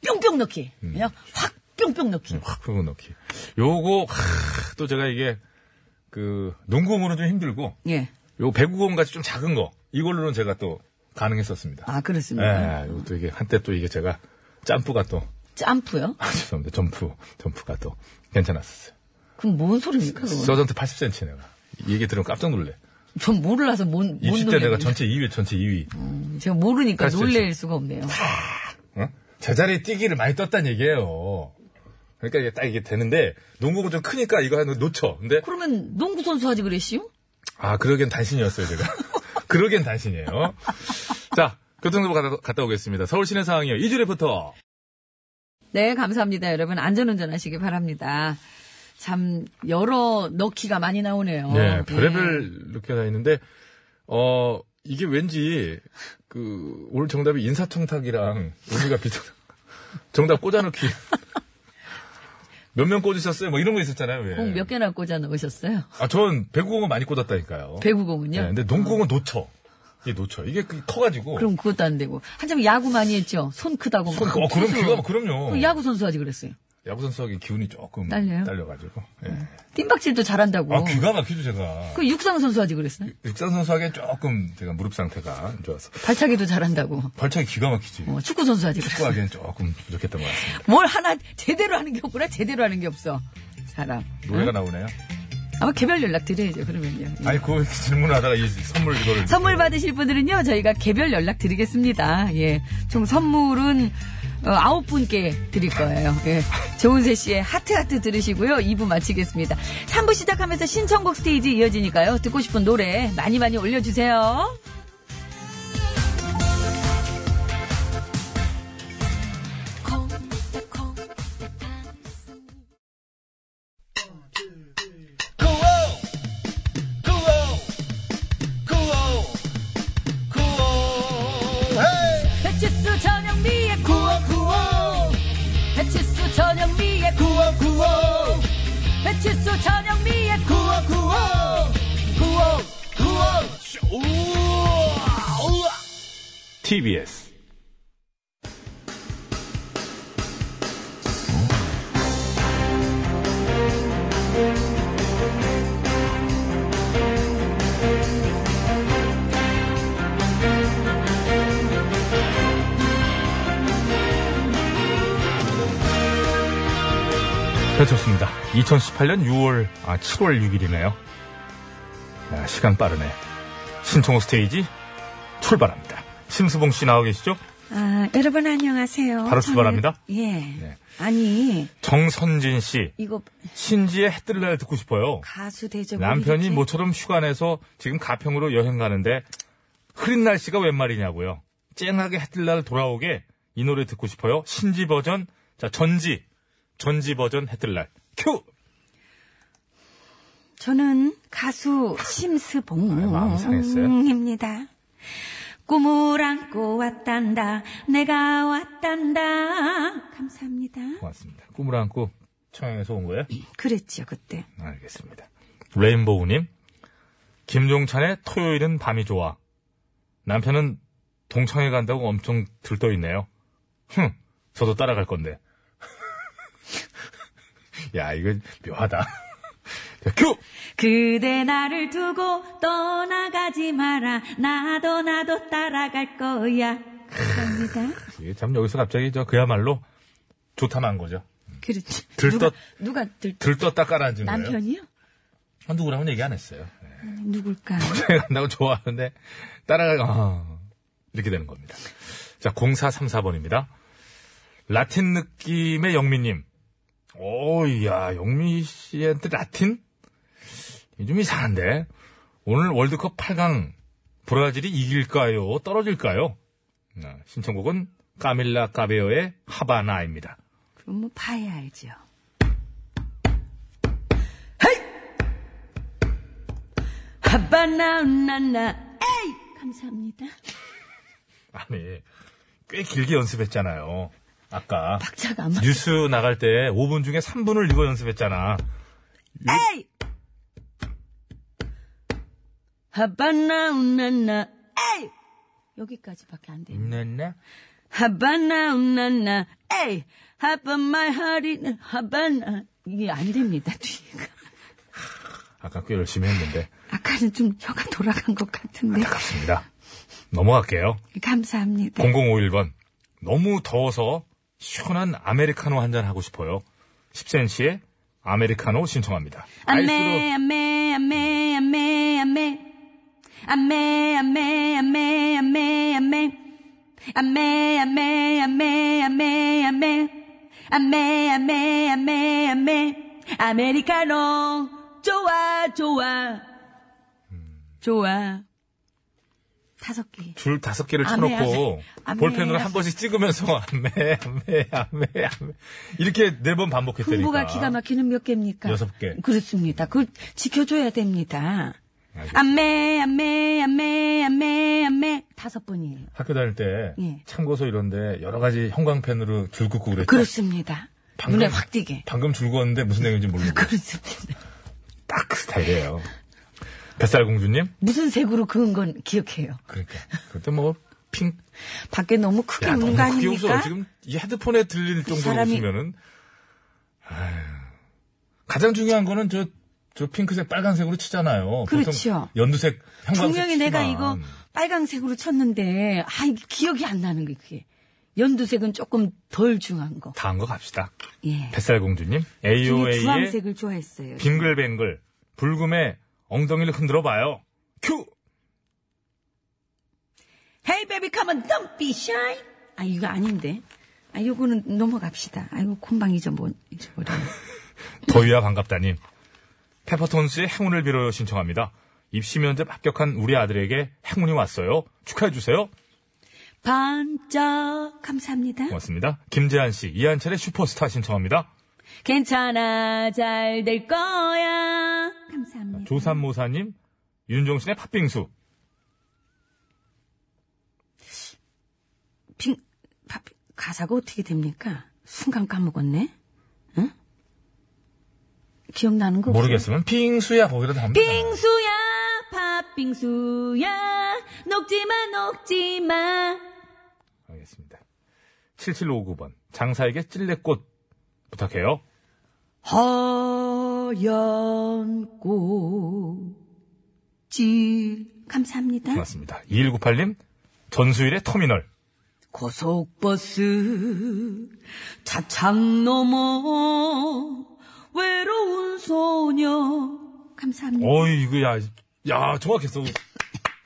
[SPEAKER 2] 뿅뿅 넣기. 그냥 확 뿅뿅 넣기.
[SPEAKER 1] 음, 확 긁어 넣기. 요거, 하, 또 제가 이게, 그, 농구공은 좀 힘들고,
[SPEAKER 2] 예.
[SPEAKER 1] 요 배구공 같이 좀 작은 거, 이걸로는 제가 또 가능했었습니다.
[SPEAKER 2] 아, 그렇습니다.
[SPEAKER 1] 예, 요것도 이게, 한때 또 이게 제가, 점프가 또, <laughs>
[SPEAKER 2] 짬프요?
[SPEAKER 1] 아, 죄송합니다. 점프, 점프가 또, 괜찮았었어요.
[SPEAKER 2] 그건 뭔 소리입니까, 그건?
[SPEAKER 1] 서전트 80cm 내가. 이 얘기 들으면 깜짝 놀래.
[SPEAKER 2] 전 몰라서 뭔, 뭔
[SPEAKER 1] 20대 내가
[SPEAKER 2] 노래인지.
[SPEAKER 1] 전체 2위, 전체 2위.
[SPEAKER 2] 제가 모르니까
[SPEAKER 1] 그렇죠,
[SPEAKER 2] 놀랄
[SPEAKER 1] 그렇죠.
[SPEAKER 2] 수가 없네요.
[SPEAKER 1] 어? 제자리에 뛰기를 많이 떴단 얘기예요. 그러니까 이게 딱 이게 되는데 농구가 좀 크니까 이거 하나 놓쳐. 근데
[SPEAKER 2] 그러면 농구 선수 하지 그랬시요?
[SPEAKER 1] 아 그러기엔 단신이었어요 제가. <laughs> 그러기엔 단신이에요. 자 교통정보 갔다, 갔다 오겠습니다. 서울 시내 상황이요. 이주 리포터.
[SPEAKER 2] 네, 감사합니다, 여러분. 안전운전 하시기 바랍니다. 참, 여러 넣기가 많이 나오네요. 예.
[SPEAKER 1] 네 별의별 이렇게 다 있는데 어 이게 왠지 그 오늘 정답이 인사청탁이랑 의미가 <laughs> 비슷. 정답 꽂아넣기. <laughs> 몇 명 꽂으셨어요? 뭐 이런 거 있었잖아요. 왜?
[SPEAKER 2] 공 몇 개나 꽂아 넣으셨어요?
[SPEAKER 1] 아, 전 배구공은 많이 꽂았다니까요.
[SPEAKER 2] 배구공은요? 어.
[SPEAKER 1] 네, 근데 농구공은 놓쳐. 이게 놓쳐. 이게 그- 커가지고.
[SPEAKER 2] 그럼 그것도 안 되고. 한참 야구 많이 했죠? 손 크다고. 막
[SPEAKER 1] 손 크- 어, 그럼
[SPEAKER 2] 투수.
[SPEAKER 1] 기가 막- 그럼요.
[SPEAKER 2] 그 야구 선수 하지 그랬어요.
[SPEAKER 1] 야구 선수에게 기운이 조금
[SPEAKER 2] 딸려요? 음. 어.
[SPEAKER 1] 가지고 예.
[SPEAKER 2] 띵박질도 잘한다고.
[SPEAKER 1] 아, 귀가 막히죠, 제가.
[SPEAKER 2] 그 육상 선수 하지 그랬어요?
[SPEAKER 1] 육상 선수에게 조금 제가 무릎 상태가 안 좋아서.
[SPEAKER 2] 발차기도 잘한다고.
[SPEAKER 1] 발차기 기가 막히지.
[SPEAKER 2] 어, 축구 선수 하지 그랬어요?
[SPEAKER 1] 축구하기엔 조금 부족했던 것 같습니다.
[SPEAKER 2] 뭘 하나 제대로 하는 게 없구나. 제대로 하는 게 없어. 사람.
[SPEAKER 1] 노래가 나오네요.
[SPEAKER 2] 아마 개별 연락 드려야죠, 그러면요. 예.
[SPEAKER 1] 아니, 그 질문하다가 이 선물 이거를.
[SPEAKER 2] 선물 받으실 분들은요, 저희가 개별 연락 드리겠습니다. 예. 총 선물은 어, 아홉 분께 드릴 거예요. 예. 조은세 씨의 하트하트 들으시고요. 2부 마치겠습니다. 3부 시작하면서 신청곡 스테이지 이어지니까요. 듣고 싶은 노래 많이 많이 올려주세요. 배치수 전영미의 구호 구호 배치수 전영미의 구호 구호 배치수 전영미의 구호
[SPEAKER 1] TBS. 배쳤습니다. 2018년 6월, 아, 7월 6일이네요. 야, 시간 빠르네. 신청호 스테이지 출발합니다. 심수봉 씨 나와 계시죠?
[SPEAKER 2] 아, 여러분 안녕하세요.
[SPEAKER 1] 바로
[SPEAKER 2] 저는-
[SPEAKER 1] 출발합니다.
[SPEAKER 2] 예.
[SPEAKER 1] 네.
[SPEAKER 2] 아니,
[SPEAKER 1] 정선진 씨.
[SPEAKER 2] 이거
[SPEAKER 1] 신지의 해뜰 날 듣고 싶어요.
[SPEAKER 2] 가수 대접
[SPEAKER 1] 남편이 모처럼 휴가 내서 지금 가평으로 여행 가는데 흐린 날씨가 웬 말이냐고요. 쨍하게 해뜰 날 돌아오게 이 노래 듣고 싶어요. 신지 버전, 자, 전지. 전지 버전 해뜰 날. 큐!
[SPEAKER 2] 저는 가수
[SPEAKER 1] 아이, 마음 상했어요.
[SPEAKER 2] 심스봉입니다. 꿈을 안고 왔단다. 내가 왔단다. 감사합니다.
[SPEAKER 1] 고맙습니다. 꿈을 안고 청양에서 온 거예요?
[SPEAKER 2] 그랬죠, 그때.
[SPEAKER 1] 알겠습니다. 레인보우님, 김종찬의 토요일은 밤이 좋아. 남편은 동창회 간다고 엄청 들떠 있네요. 흠, 저도 따라갈 건데. <laughs> 야, 이거 묘하다. <laughs> 자, 큐!
[SPEAKER 2] 그대 나를 두고 떠나가지 마라. 나도 나도 따라갈 거야. 감사합니다.
[SPEAKER 1] 이게 참 여기서 갑자기 저 그야말로 좋다만 거죠.
[SPEAKER 2] 그렇죠.
[SPEAKER 1] 들떴-
[SPEAKER 2] 누가, 누가 들,
[SPEAKER 1] 들떴다 깔아준 거예요.
[SPEAKER 2] 남편이요?
[SPEAKER 1] 아, 누구랑은 얘기 안 했어요. 네.
[SPEAKER 2] 누굴까?
[SPEAKER 1] 동창회 <laughs> 간다고 그, 좋아하는데 따라가 아, 이렇게 되는 겁니다. 자, 0434번입니다. 라틴 느낌의 영미님. 오, 야, 영미 씨한테 라틴? 이좀 이상한데. 오늘 월드컵 8강 브라질이 이길까요? 떨어질까요? 아, 신청곡은 까밀라 까베오의 하바나입니다.
[SPEAKER 2] 그럼 뭐 봐야 알죠. 헤이! 하바나 나나 에이! 감사합니다.
[SPEAKER 1] 아니, 꽤 길게 연습했잖아요. 아까.
[SPEAKER 2] 박자가 안 맞.
[SPEAKER 1] 뉴스 나갈 때 5분 중에 3분을 이거 연습했잖아.
[SPEAKER 2] 에이! 하바나 나나 에이! 여기까지밖에 안 돼.
[SPEAKER 1] 있는데?
[SPEAKER 2] 하바나 나나 에이! 하바 마이 하리 하바나 이게 안 됩니다. 뒤가.
[SPEAKER 1] 아까 꽤 열심히 했는데.
[SPEAKER 2] 아까는 좀 혀가 돌아간 것 같은데.
[SPEAKER 1] 아깝습니다. 넘어갈게요.
[SPEAKER 2] 감사합니다.
[SPEAKER 1] 0051번. 너무 더워서 시원한 아메리카노 한 잔 하고 싶어요. 10cm의 아메리카노 신청합니다.
[SPEAKER 2] 아메 아메 아메 아메 아메 아메 아메 아메 아메 아메 아메 아메 아메 아메 아메 아메 아메 아메 아메 아메리카노 좋아 좋아 좋아 다섯 개
[SPEAKER 1] 줄 다섯 개를
[SPEAKER 2] 아메,
[SPEAKER 1] 쳐놓고
[SPEAKER 2] 아메.
[SPEAKER 1] 볼펜으로 한 번씩 찍으면서 <laughs> 아메 아메 아메 아메 이렇게 네 번 반복했다니까.
[SPEAKER 2] 분모가 기가 막히는 몇 개입니까?
[SPEAKER 1] 여섯 개.
[SPEAKER 2] 그렇습니다. 그걸 지켜줘야 됩니다.
[SPEAKER 1] 알겠습니다.
[SPEAKER 2] 안매, 안매, 안매, 안매, 안매. 다섯 번이에요.
[SPEAKER 1] 학교 다닐 때
[SPEAKER 2] 예.
[SPEAKER 1] 참고서 이런데 여러 가지 형광펜으로 줄 긋고 그랬죠.
[SPEAKER 2] 그렇습니다.
[SPEAKER 1] 방금-
[SPEAKER 2] 눈에 확 띄게.
[SPEAKER 1] 방금 줄 긋었는데 무슨 내용인지 모르고
[SPEAKER 2] 그렇습니다.
[SPEAKER 1] 딱 그 스타일이에요. 뱃살 공주님?
[SPEAKER 2] 무슨 색으로 그은 건 기억해요.
[SPEAKER 1] 그러니까 그때 뭐핑
[SPEAKER 2] 밖에 너무 크게
[SPEAKER 1] 야,
[SPEAKER 2] 우는
[SPEAKER 1] 너무
[SPEAKER 2] 거
[SPEAKER 1] 그게
[SPEAKER 2] 아닙니까?
[SPEAKER 1] 없어. 지금 이 헤드폰에 들릴 정도로
[SPEAKER 2] 사람이-
[SPEAKER 1] 웃으면은 아휴. 가장 중요한 거는 저, 저 핑크색 빨간색으로 치잖아요. 보통
[SPEAKER 2] 그렇죠.
[SPEAKER 1] 연두색 형광색
[SPEAKER 2] 분명히 내가
[SPEAKER 1] 치지만.
[SPEAKER 2] 이거 빨강색으로 쳤는데, 아, 이게 기억이 안 나는 게 그게. 연두색은 조금 덜 중한 거.
[SPEAKER 1] 다한 거 갑시다.
[SPEAKER 2] 예.
[SPEAKER 1] 뱃살 공주님
[SPEAKER 2] 저는
[SPEAKER 1] AOA의
[SPEAKER 2] 주황색을 좋아했어요.
[SPEAKER 1] 빙글뱅글 불금에 엉덩이를 흔들어 봐요. 큐.
[SPEAKER 2] Hey baby, come on, don't be shy. 아, 이거 아닌데. 아, 요거는 넘어갑시다. 아이고, 콤방 잊어버, 잊어버려.
[SPEAKER 1] 더위와 반갑다님. 페퍼톤스의 행운을 빌어요 신청합니다. 입시 면접 합격한 우리 아들에게 행운이 왔어요. 축하해 주세요.
[SPEAKER 2] 반짝, 감사합니다.
[SPEAKER 1] 고맙습니다. 김재한 씨, 이한철의 슈퍼스타 신청합니다.
[SPEAKER 2] 괜찮아, 잘 될 거야. 감사합니다.
[SPEAKER 1] 조산모사님, 윤종신의 팥빙수.
[SPEAKER 2] 빙, 밥, 가사가 어떻게 됩니까? 순간 까먹었네? 응? 기억나는 거 없어요?
[SPEAKER 1] 모르겠으면 빙수야 거기라도 합니다.
[SPEAKER 2] 빙수야, 팥빙수야, 녹지 마, 녹지 마.
[SPEAKER 1] 알겠습니다. 7759번, 장사에게 찔레꽃 부탁해요.
[SPEAKER 2] 하얀 꽃지 감사합니다.
[SPEAKER 1] 고맙습니다. 2198님, 전수일의 터미널.
[SPEAKER 2] 고속버스 차창 넘어 외로운 소녀 감사합니다.
[SPEAKER 1] 어이, 이거 야, 야, 정확했어.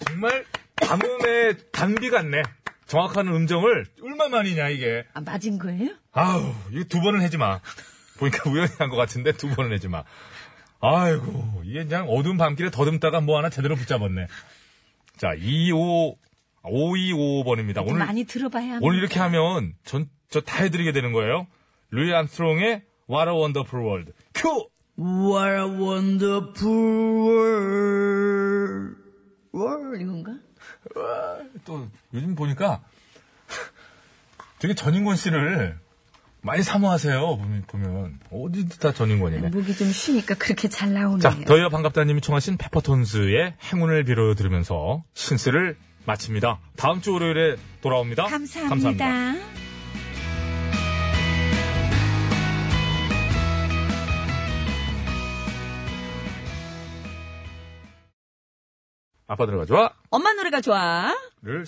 [SPEAKER 1] 정말 가뭄의 단비 같네. 정확한 음정을 얼마만이냐, 이게.
[SPEAKER 2] 아, 맞은 거예요?
[SPEAKER 1] 아우, 이거 두 번은 하지 마. 보니까 우연히 한 것 같은데 두 번은 하지 마. 아이고, 이게 그냥 어두운 밤길에 더듬다가 뭐 하나 제대로 붙잡았네. 자, 25, 5255번입니다.
[SPEAKER 2] 좀
[SPEAKER 1] 오늘,
[SPEAKER 2] 많이 들어봐야
[SPEAKER 1] 오늘 이렇게 하면 전, 저 다 해드리게 되는 거예요. 루이 암스트롱의 What a Wonderful World. 큐!
[SPEAKER 8] What a wonderful world.
[SPEAKER 2] 월 이건가?
[SPEAKER 1] 또, 요즘 보니까 되게 전인권 씨를 많이 사모하세요, 보면. 보면. 어디 다 전인권이네.
[SPEAKER 2] 목이 좀 쉬니까 그렇게 잘 나오네요.
[SPEAKER 1] 자, 더위와 반갑다님이 청하신 페퍼톤스의 행운을 빌어요 들으면서 신스를 마칩니다. 다음 주 월요일에 돌아옵니다.
[SPEAKER 2] 감사합니다.
[SPEAKER 1] 아빠 노래가 좋아를
[SPEAKER 2] 엄마 노래가 좋아.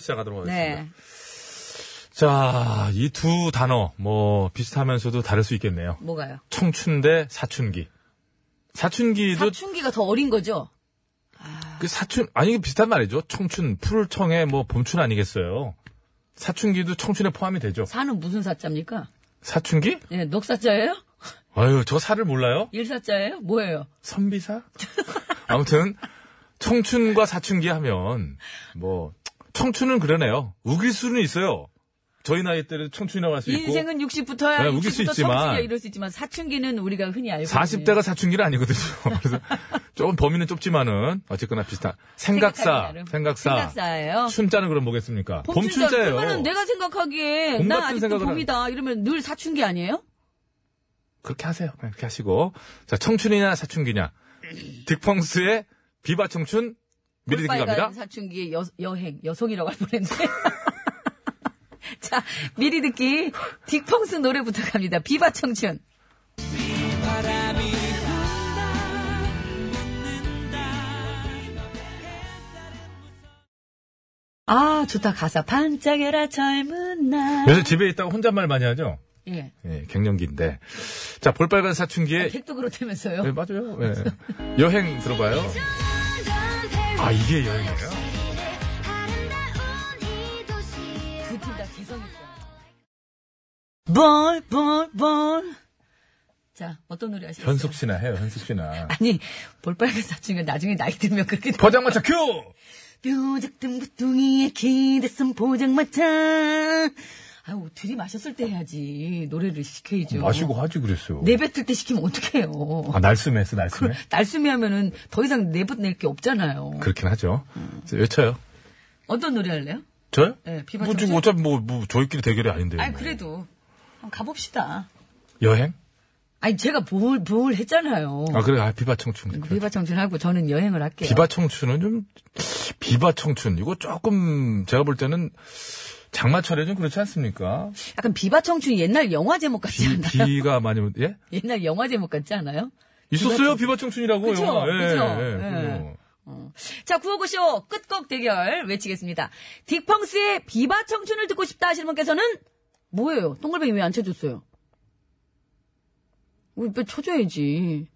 [SPEAKER 1] 시작하도록 하겠습니다.
[SPEAKER 2] 네.
[SPEAKER 1] 자, 이 두 단어 뭐 비슷하면서도 다를 수 있겠네요.
[SPEAKER 2] 뭐가요?
[SPEAKER 1] 청춘 대 사춘기. 사춘기도
[SPEAKER 2] 사춘기가 더 어린 거죠?
[SPEAKER 1] 그 사춘 아니 이게 비슷한 말이죠. 청춘 풀을 청해 뭐 봄춘 아니겠어요. 사춘기도 청춘에 포함이 되죠.
[SPEAKER 2] 사는 무슨 사자입니까?
[SPEAKER 1] 사춘기?
[SPEAKER 2] 예, 녹사자예요?
[SPEAKER 1] 아유 저 사를 몰라요?
[SPEAKER 2] 일사자예요? 뭐예요?
[SPEAKER 1] 선비사? <laughs> 아무튼 청춘과 사춘기 하면 뭐 청춘은 그러네요. 우길 수는 있어요. 저희 나이 때는 청춘이라고 할 수 있고
[SPEAKER 2] 인생은 60부터야.
[SPEAKER 1] 예, 뭐- 네,
[SPEAKER 2] 60부터
[SPEAKER 1] 우길 수 있지만.
[SPEAKER 2] 청춘이야 이럴 수 있지만 사춘기는 우리가 흔히 알고
[SPEAKER 1] 40대가 사춘기는 아니거든요. <laughs> 그래서 조금 범위는 좁지만은 어쨌거나 비슷한 생각사, 생각사,
[SPEAKER 2] 예요
[SPEAKER 1] 춘자는 그럼 뭐겠습니까? 봄춘자예요.
[SPEAKER 2] 그러면은 내가 생각하기에
[SPEAKER 1] 봄
[SPEAKER 2] 나
[SPEAKER 1] 같은
[SPEAKER 2] 아직도
[SPEAKER 1] 생각을
[SPEAKER 2] 봄이다 이러면 늘 사춘기 아니에요?
[SPEAKER 1] 그렇게 하세요. 네, 그냥 그렇게 하시고 자 청춘이냐 사춘기냐 딕펑스의 비바 청춘 미리 듣기
[SPEAKER 2] 볼빨간
[SPEAKER 1] 갑니다.
[SPEAKER 2] 사춘기의 여, 여행, 여성이라고 할 뻔했는데. <laughs> 자, 미리 듣기 딕펑스 노래부터 갑니다. 비바 청춘. 아, 좋다. 가사. 반짝여라 젊은 날.
[SPEAKER 1] 요새 집에 있다가 혼잣말 많이 하죠.
[SPEAKER 2] 예.
[SPEAKER 1] 예, 갱년기인데 자 볼빨간 사춘기의
[SPEAKER 2] 객도 그렇다면서요.
[SPEAKER 1] 네, 맞아요. 예. 여행 들어봐요. 아 이게 여행이에요?
[SPEAKER 4] 네,
[SPEAKER 2] 두 팀그 다 개성 있어요. 볼, 볼, 볼. 자, 어떤 노래 하시겠어요?
[SPEAKER 1] 현숙 씨나 해요. 현숙
[SPEAKER 2] <laughs>
[SPEAKER 1] 씨나.
[SPEAKER 2] 아니, 볼빨간 사춘기가 나중에 나이 들면 그렇게.
[SPEAKER 1] 포장마차 큐.
[SPEAKER 2] 뾰족든 구뚱이에 기대선 보장마차. 아유, 들이마셨을 때 해야지. 노래를 시켜야죠.
[SPEAKER 1] 마시고 하지 그랬어요.
[SPEAKER 2] 내뱉을 때 시키면 어떡해요.
[SPEAKER 1] 아 날숨했어 날숨해.
[SPEAKER 2] 날숨이 하면은 더 이상 내뱉낼 게 없잖아요.
[SPEAKER 1] 그렇긴 하죠. 자, 외쳐요.
[SPEAKER 2] 어떤 노래 할래요?
[SPEAKER 1] 저요?
[SPEAKER 2] 음. 네, 비바
[SPEAKER 1] 뭐 지금
[SPEAKER 2] 청춘.
[SPEAKER 1] 어차피 뭐, 뭐 저희끼리 대결이 아닌데.
[SPEAKER 2] 아니, 그래도. 한번 가봅시다.
[SPEAKER 1] 여행?
[SPEAKER 2] 아니, 제가 뭘, 뭘 했잖아요.
[SPEAKER 1] 아 그래 아 비바 청춘. 그래.
[SPEAKER 2] 어. 비바 청춘하고 저는 여행을 할게요.
[SPEAKER 1] 비바 청춘은 좀 비바 청춘 이거 조금 제가 볼 때는 장마철에 좀 그렇지 않습니까?
[SPEAKER 2] 약간 비바 청춘 옛날 영화 제목 같지
[SPEAKER 1] 비,
[SPEAKER 2] 않나요?
[SPEAKER 1] 비가 많이 오- 예
[SPEAKER 2] <laughs> 옛날 영화 제목 같지 않아요?
[SPEAKER 1] 있었어요 비바 청춘이라고
[SPEAKER 2] 그쵸,
[SPEAKER 1] 영화. 예,
[SPEAKER 2] 그쵸,
[SPEAKER 1] 예,
[SPEAKER 2] 예.
[SPEAKER 1] 그럼요.
[SPEAKER 2] 자, 구호고쇼 끝곡 대결 외치겠습니다. 딕펑스의 비바 청춘을 듣고 싶다 하시는 분께서는 뭐예요? 동글뱅이 왜 안 쳐줬어요? 우리 왜 쳐줘야지.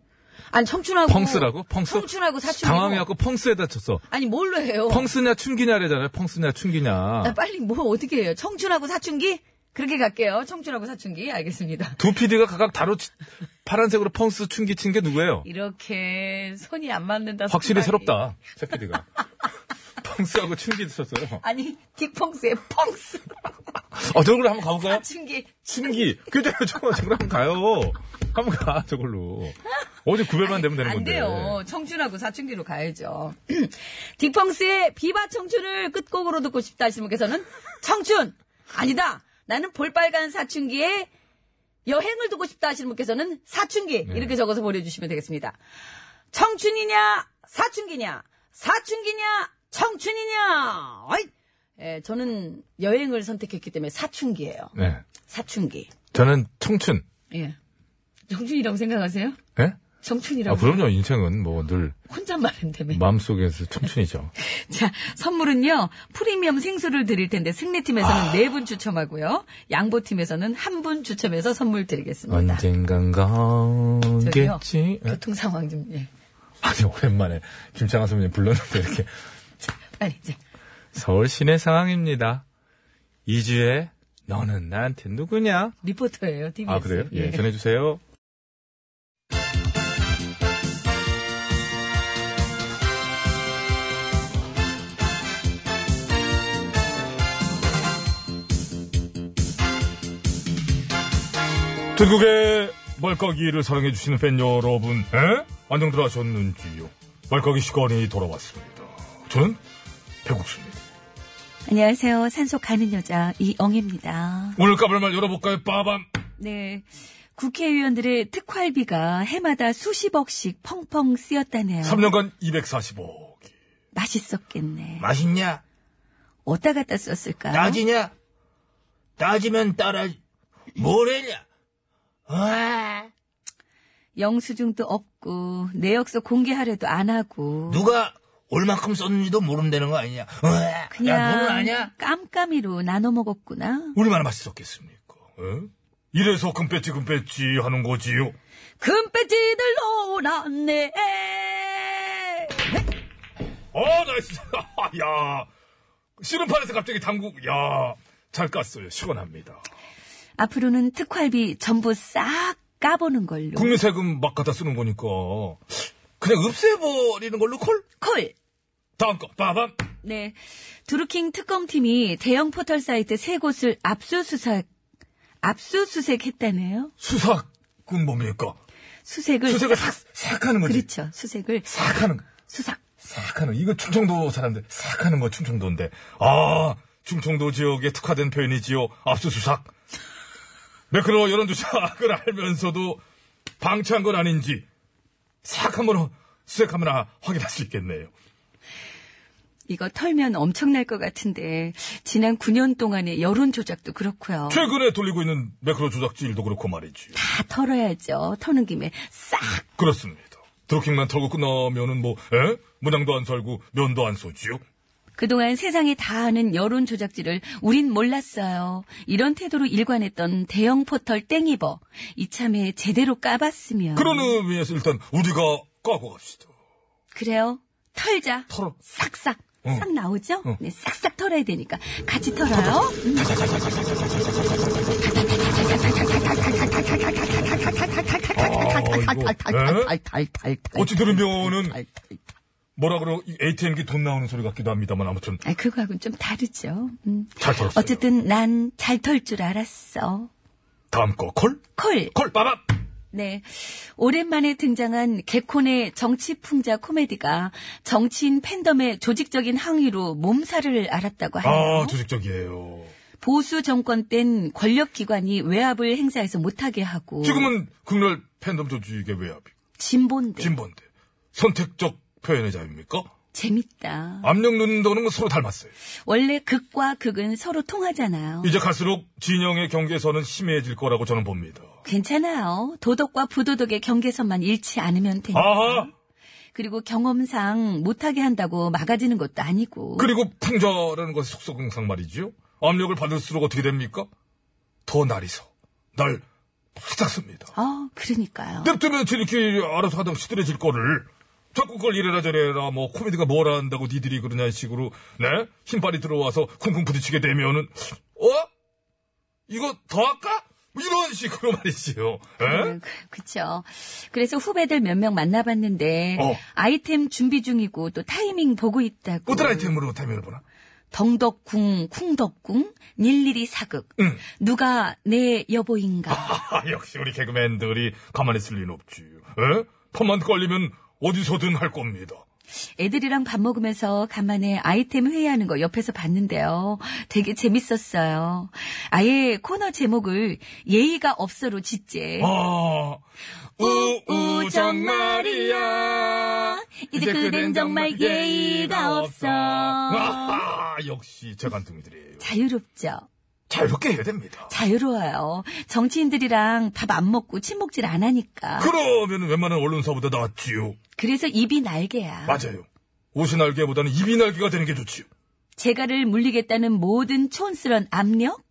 [SPEAKER 2] 아니, 청춘하고.
[SPEAKER 1] 펑스라고? 펑스?
[SPEAKER 2] 그 청춘하고 사춘.
[SPEAKER 1] 당황해갖고 펑스에다 쳤어.
[SPEAKER 2] 아니, 뭘로 해요?
[SPEAKER 1] 펑스냐 춘기냐래잖아요. 펑스냐
[SPEAKER 2] 아,
[SPEAKER 1] 춘기냐.
[SPEAKER 2] 빨리 뭐 어떻게 해요? 청춘하고 사춘기? 그렇게 갈게요. 청춘하고 사춘기. 알겠습니다.
[SPEAKER 1] 두 PD가 각각 다로 치- 파란색으로 펑스 춘기 친 게 누구예요?
[SPEAKER 2] 이렇게 손이 안 맞는다.
[SPEAKER 1] 확실히
[SPEAKER 2] 생각이.
[SPEAKER 1] 새롭다. 새 PD가. <laughs> 펑스하고 춘기 쳤어요.
[SPEAKER 2] 아니, 딕펑스의 펑스.
[SPEAKER 1] 어, 저걸로 한번 가볼까요?
[SPEAKER 2] 사춘기.
[SPEAKER 1] 춘기. 그죠? <laughs> 저거, 저걸로 한번 가요. 한번 가, 저걸로. 어제 구별만 되면 되는 예.
[SPEAKER 2] 안
[SPEAKER 1] 건데.
[SPEAKER 2] 돼요. 청춘하고 사춘기로 가야죠. <clears throat> 딕펑스의 비바 청춘을 끝곡으로 듣고 싶다 하시는 분께서는 청춘! 아니다! 나는 볼빨간 사춘기의 여행을 듣고 싶다 하시는 분께서는 사춘기!
[SPEAKER 1] 네.
[SPEAKER 2] 이렇게 적어서 보내주시면 되겠습니다. 청춘이냐, 사춘기냐, 사춘기냐, 청춘이냐! 어이! 예, 저는 여행을 선택했기 때문에 사춘기예요.
[SPEAKER 1] 네.
[SPEAKER 2] 사춘기.
[SPEAKER 1] 저는 청춘.
[SPEAKER 2] 예. 청춘이라고 생각하세요?
[SPEAKER 1] 예? 아,
[SPEAKER 2] 청춘이라고.
[SPEAKER 1] 그럼요. 인생은 뭐 늘
[SPEAKER 2] 혼잣말인데며.
[SPEAKER 1] 마음속에서
[SPEAKER 2] <laughs>
[SPEAKER 1] 청춘이죠.
[SPEAKER 2] 자, 선물은요, 프리미엄 생수를 드릴 텐데,
[SPEAKER 1] 아.
[SPEAKER 2] 승리팀에서는 네 분 추첨하고요, 양보팀에서는 한 분 추첨해서 선물 드리겠습니다.
[SPEAKER 1] 언젠간 가겠지. 예?
[SPEAKER 2] 교통 상황 좀, 예.
[SPEAKER 1] 아니, 오랜만에 김창완 선배님 불렀는데 이렇게.
[SPEAKER 2] 빨리, 이제.
[SPEAKER 1] 서울 시내 상황입니다. 이주에 너는 나한테 누구냐?
[SPEAKER 2] 리포터예요, TBS.
[SPEAKER 1] 아, 그래요?
[SPEAKER 2] 네.
[SPEAKER 1] 예, 전해주세요. 전국의 말까기를 사랑해주시는 팬 여러분, 에? 안녕들 하셨는지요? 말까기 시간이 돌아왔습니다. 저는 배국수입니다.
[SPEAKER 2] 안녕하세요. 산속 가는 여자, 이엉입니다.
[SPEAKER 1] 오늘 까불 말 열어볼까요? 빠밤!
[SPEAKER 2] 네. 국회의원들의 특활비가 해마다 수십억씩 펑펑 쓰였다네요.
[SPEAKER 1] 3년간 245억이.
[SPEAKER 2] 맛있었겠네.
[SPEAKER 7] 어?
[SPEAKER 1] 맛있냐?
[SPEAKER 2] 어디다 갖다 썼을까?
[SPEAKER 5] 따지냐? 따지면 따라 뭐래냐? 어? 와
[SPEAKER 2] 영수증도 없고 내역서 공개하려도 안 하고
[SPEAKER 5] 누가 얼만큼 썼는지도 모르면 되는 거 아니냐? 와 야, 너는 아냐?
[SPEAKER 2] 그냥 깜깜이로 나눠 먹었구나.
[SPEAKER 1] 얼마나 맛있었겠습니까? 예? 이래서 금배지 금배지 하는 거지요.
[SPEAKER 2] 금배지들 노랗네.
[SPEAKER 1] 어, 나이스. <laughs> 야. 씨름판에서 갑자기 당구, 야. 잘 깠어요. 시원합니다.
[SPEAKER 2] 앞으로는 특활비 전부 싹 까보는 걸로.
[SPEAKER 1] 국민 세금 막 갖다 쓰는 거니까. 그냥 없애버리는 걸로 콜?
[SPEAKER 2] 콜.
[SPEAKER 1] 다음 거, 빠밤.
[SPEAKER 2] 네. 두루킹 특검팀이 대형 포털 사이트 세 곳을 압수수색, 압수수색했다네요.
[SPEAKER 1] 수사꾼 뭡니까?
[SPEAKER 2] 수색을.
[SPEAKER 1] 수색을 싹, 싹 하는 거지.
[SPEAKER 2] 네. 그렇죠. 수색을.
[SPEAKER 1] 싹 하는 거.
[SPEAKER 2] 수삭.
[SPEAKER 1] 싹 하는 거. 이거 충청도 사람들. 싹 하는 거 충청도인데. 아, 충청도 지역에 특화된 표현이지요. 아, 압수수색. 매크로 <laughs> 여론조작을 알면서도 방치한 건 아닌지 싹 한번 수색하면 아- 확인할 수 있겠네요.
[SPEAKER 2] 이거 털면 엄청날 것 같은데, 지난 9년 동안의 여론 조작도 그렇고요.
[SPEAKER 1] 최근에 돌리고 있는 매크로 조작지 일도 그렇고 말이지요.
[SPEAKER 2] 다 털어야죠. 터는 김에 싹.
[SPEAKER 1] 그렇습니다. 드로킹만 털고 끝나면은 뭐, 에? 문양도 안 살고 면도 안 쏘지요?
[SPEAKER 2] 그동안 세상이 다 아는 여론 조작지를 우린 몰랐어요. 이런 태도로 일관했던 대형 포털 땡이버. 이참에 제대로 까봤으면.
[SPEAKER 1] 그런 의미에서 일단 우리가 까고 갑시다.
[SPEAKER 2] 그래요. 털자.
[SPEAKER 1] 털어.
[SPEAKER 2] 싹싹.
[SPEAKER 1] 어.
[SPEAKER 2] 싹 나오죠?
[SPEAKER 1] 어.
[SPEAKER 2] 네, 싹싹 털어야 되니까. 같이 털어요. 음.
[SPEAKER 1] 어찌 들으면은 뭐라 그러 ATM기 돈 나오는 소리 같기도 합니다만 아무튼
[SPEAKER 2] 아, 그거하고는 좀 다르죠. 음.
[SPEAKER 1] 잘 털었어요.
[SPEAKER 2] 어쨌든 난 잘 털 줄 알았어.
[SPEAKER 1] 다음 거 콜?
[SPEAKER 2] 콜.
[SPEAKER 1] 콜 빠밤!
[SPEAKER 2] 네. 오랜만에 등장한 개콘의 정치풍자 코미디가 정치인 팬덤의 조직적인 항의로 몸살을 앓았다고 하네요.
[SPEAKER 1] 아 조직적이에요.
[SPEAKER 2] 보수 정권 땐 권력기관이 외압을 행사해서 못하게 하고
[SPEAKER 1] 지금은 극렬 팬덤 조직의 외압이
[SPEAKER 2] 진본데
[SPEAKER 1] 진본데 선택적 표현의 자유입니까?
[SPEAKER 2] 재밌다.
[SPEAKER 1] 압력 넣는다는 건 서로 닮았어요.
[SPEAKER 2] 원래 극과 극은 서로 통하잖아요.
[SPEAKER 1] 이제 갈수록 진영의 경계선은 심해질 거라고 저는 봅니다.
[SPEAKER 2] 괜찮아요. 도덕과 부도덕의 경계선만 잃지 않으면 되니까.
[SPEAKER 1] 아하!
[SPEAKER 2] 그리고 경험상 못하게 한다고 막아지는 것도 아니고.
[SPEAKER 1] 그리고 풍자라는 것은 속성상 말이지요. 압력을 받을수록 어떻게 됩니까? 더 날이서 날 바짝 씁니다.
[SPEAKER 2] 아, 그러니까요.
[SPEAKER 1] 냅두면 지들끼리 알아서 하다 시들해질 거를 자꾸 그걸 이래라 저래라 뭐 코미디가 뭐라 한다고 니들이 그러냐 식으로 네 힘빨이 들어와서 쿵쿵 부딪히게 되면은 어 이거 더 할까 뭐 이런 식으로 말이지요. 에?
[SPEAKER 2] 음, 그- 그쵸. 그래서 후배들 몇 명 만나봤는데,
[SPEAKER 1] 어.
[SPEAKER 2] 아이템 준비 중이고 또 타이밍 보고 있다고.
[SPEAKER 1] 어떤 아이템으로 타면을 보나?
[SPEAKER 2] 덩덕궁, 쿵덕궁, 일일이 사극.
[SPEAKER 1] 응.
[SPEAKER 2] 누가 내 여보인가.
[SPEAKER 1] 아, 역시 우리 개그맨들이 가만히 있을 리는 없지요. 에? 펌만 걸리면 어디서든 할 겁니다.
[SPEAKER 2] 애들이랑 밥 먹으면서 간만에 아이템 회의하는 거 옆에서 봤는데요. 되게 재밌었어요. 아예 코너 제목을 예의가 없어로 짓재.
[SPEAKER 1] 아,
[SPEAKER 2] 우우 정말이야. 이제 그댄 정말 예의가 없어.
[SPEAKER 1] 아하, 역시 재간둥이들이에요.
[SPEAKER 2] 자유롭죠.
[SPEAKER 1] 자유롭게 해야 됩니다.
[SPEAKER 2] 자유로워요. 정치인들이랑 밥 안 먹고 침묵질 안 하니까.
[SPEAKER 1] 그러면 웬만한 언론사보다 낫지요.
[SPEAKER 2] 그래서 입이 날개야.
[SPEAKER 1] 맞아요. 옷이 날개보다는 입이 날개가 되는 게 좋지요.
[SPEAKER 2] 제가를 물리겠다는 모든 촌스런 압력?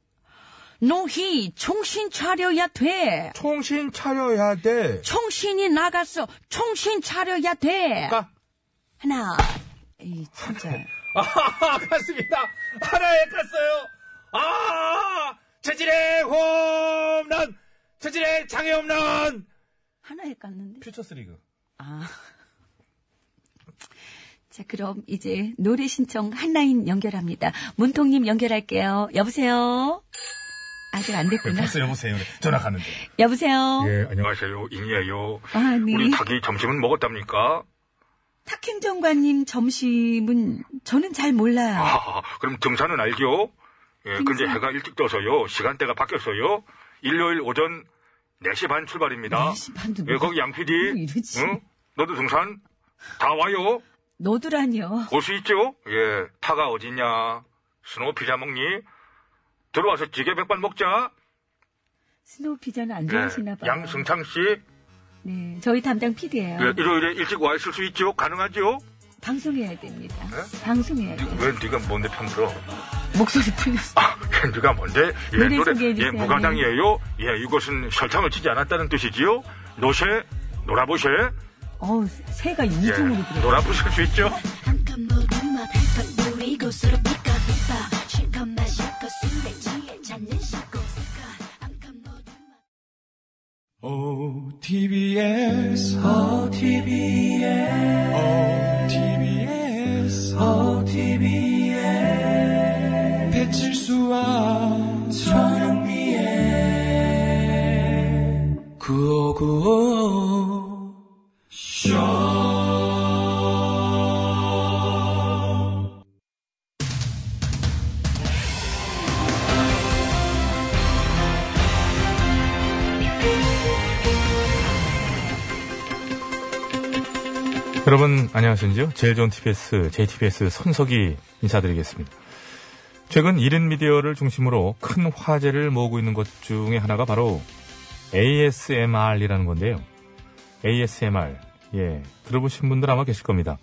[SPEAKER 2] 노희, 정신 차려야 돼.
[SPEAKER 1] 총신 차려야 돼.
[SPEAKER 2] 정신이 나갔어. 정신 차려야 돼.
[SPEAKER 1] 까.
[SPEAKER 2] 하나. 에이, 진짜.
[SPEAKER 1] 아하, <laughs> 갔습니다. 하나에 갔어요. 아, 체질의 홈런, 체질의 장애 홈런.
[SPEAKER 2] 하나에 깠는데.
[SPEAKER 1] 퓨처스리그.
[SPEAKER 2] 아. 자, 그럼 이제 노래 신청 한라인 연결합니다. 문통님 연결할게요. 여보세요? 아직 안 됐구나.
[SPEAKER 1] 벌써 여보세요.
[SPEAKER 2] 네,
[SPEAKER 1] 전화 가는데.
[SPEAKER 2] 여보세요?
[SPEAKER 1] 네, 예, 안녕하세요. 인이에요.
[SPEAKER 2] 아, 네.
[SPEAKER 1] 우리 닭이 점심은 먹었답니까?
[SPEAKER 2] 탁행 정관님 점심은 저는 잘 몰라요.
[SPEAKER 1] 아, 그럼 등산은 알죠? 예, 근데
[SPEAKER 2] 등산.
[SPEAKER 1] 해가 일찍 떠서요. 시간대가 바뀌었어요. 일요일 오전 4시 반 출발입니다.
[SPEAKER 2] 4시 반도
[SPEAKER 1] 예, 거기 양 PD.
[SPEAKER 2] 뭐 이러지?
[SPEAKER 1] 응? 너도 등산? 다 와요.
[SPEAKER 2] 너도라뇨.
[SPEAKER 1] 올 수 있죠? 예, 타가 어딨냐? 스노우 피자 먹니? 들어와서 찌개 백반 먹자.
[SPEAKER 2] 스노우 피자는 안
[SPEAKER 1] 네,
[SPEAKER 2] 좋아하시나 봐요.
[SPEAKER 1] 양승창 씨,
[SPEAKER 2] 네, 저희 담당 PD예요.
[SPEAKER 1] 네, 일요일에 일찍 와 있을 수 있죠? 가능하죠?
[SPEAKER 2] 방송해야 됩니다. 방송해야
[SPEAKER 1] 네,
[SPEAKER 2] 돼요.
[SPEAKER 1] 왜 네가 뭔데 편들어?
[SPEAKER 2] 목소리 틀렸어.
[SPEAKER 1] 아, 네가 뭔데? 예,
[SPEAKER 2] 노래 소개해주세요.
[SPEAKER 1] 예, 무가당이에요. 예, 이것은 설탕을 치지 않았다는 뜻이지요. 노세, 놀아보세.
[SPEAKER 2] 어우, 새가
[SPEAKER 1] 예,
[SPEAKER 2] 이중으로 들어.
[SPEAKER 1] 놀아보실 수 있죠?
[SPEAKER 9] OTBS, OTBS, OTBS, OTBS, 배칠수와 저녁미에 9595
[SPEAKER 1] 여러분 안녕하십니까? 제일 좋은 TBS, JTBS 손석희 인사드리겠습니다. 최근 1인 미디어를 중심으로 큰 화제를 모으고 있는 것 중에 하나가 바로 ASMR이라는 건데요. ASMR. 예, 들어보신 분들 아마 계실 겁니다.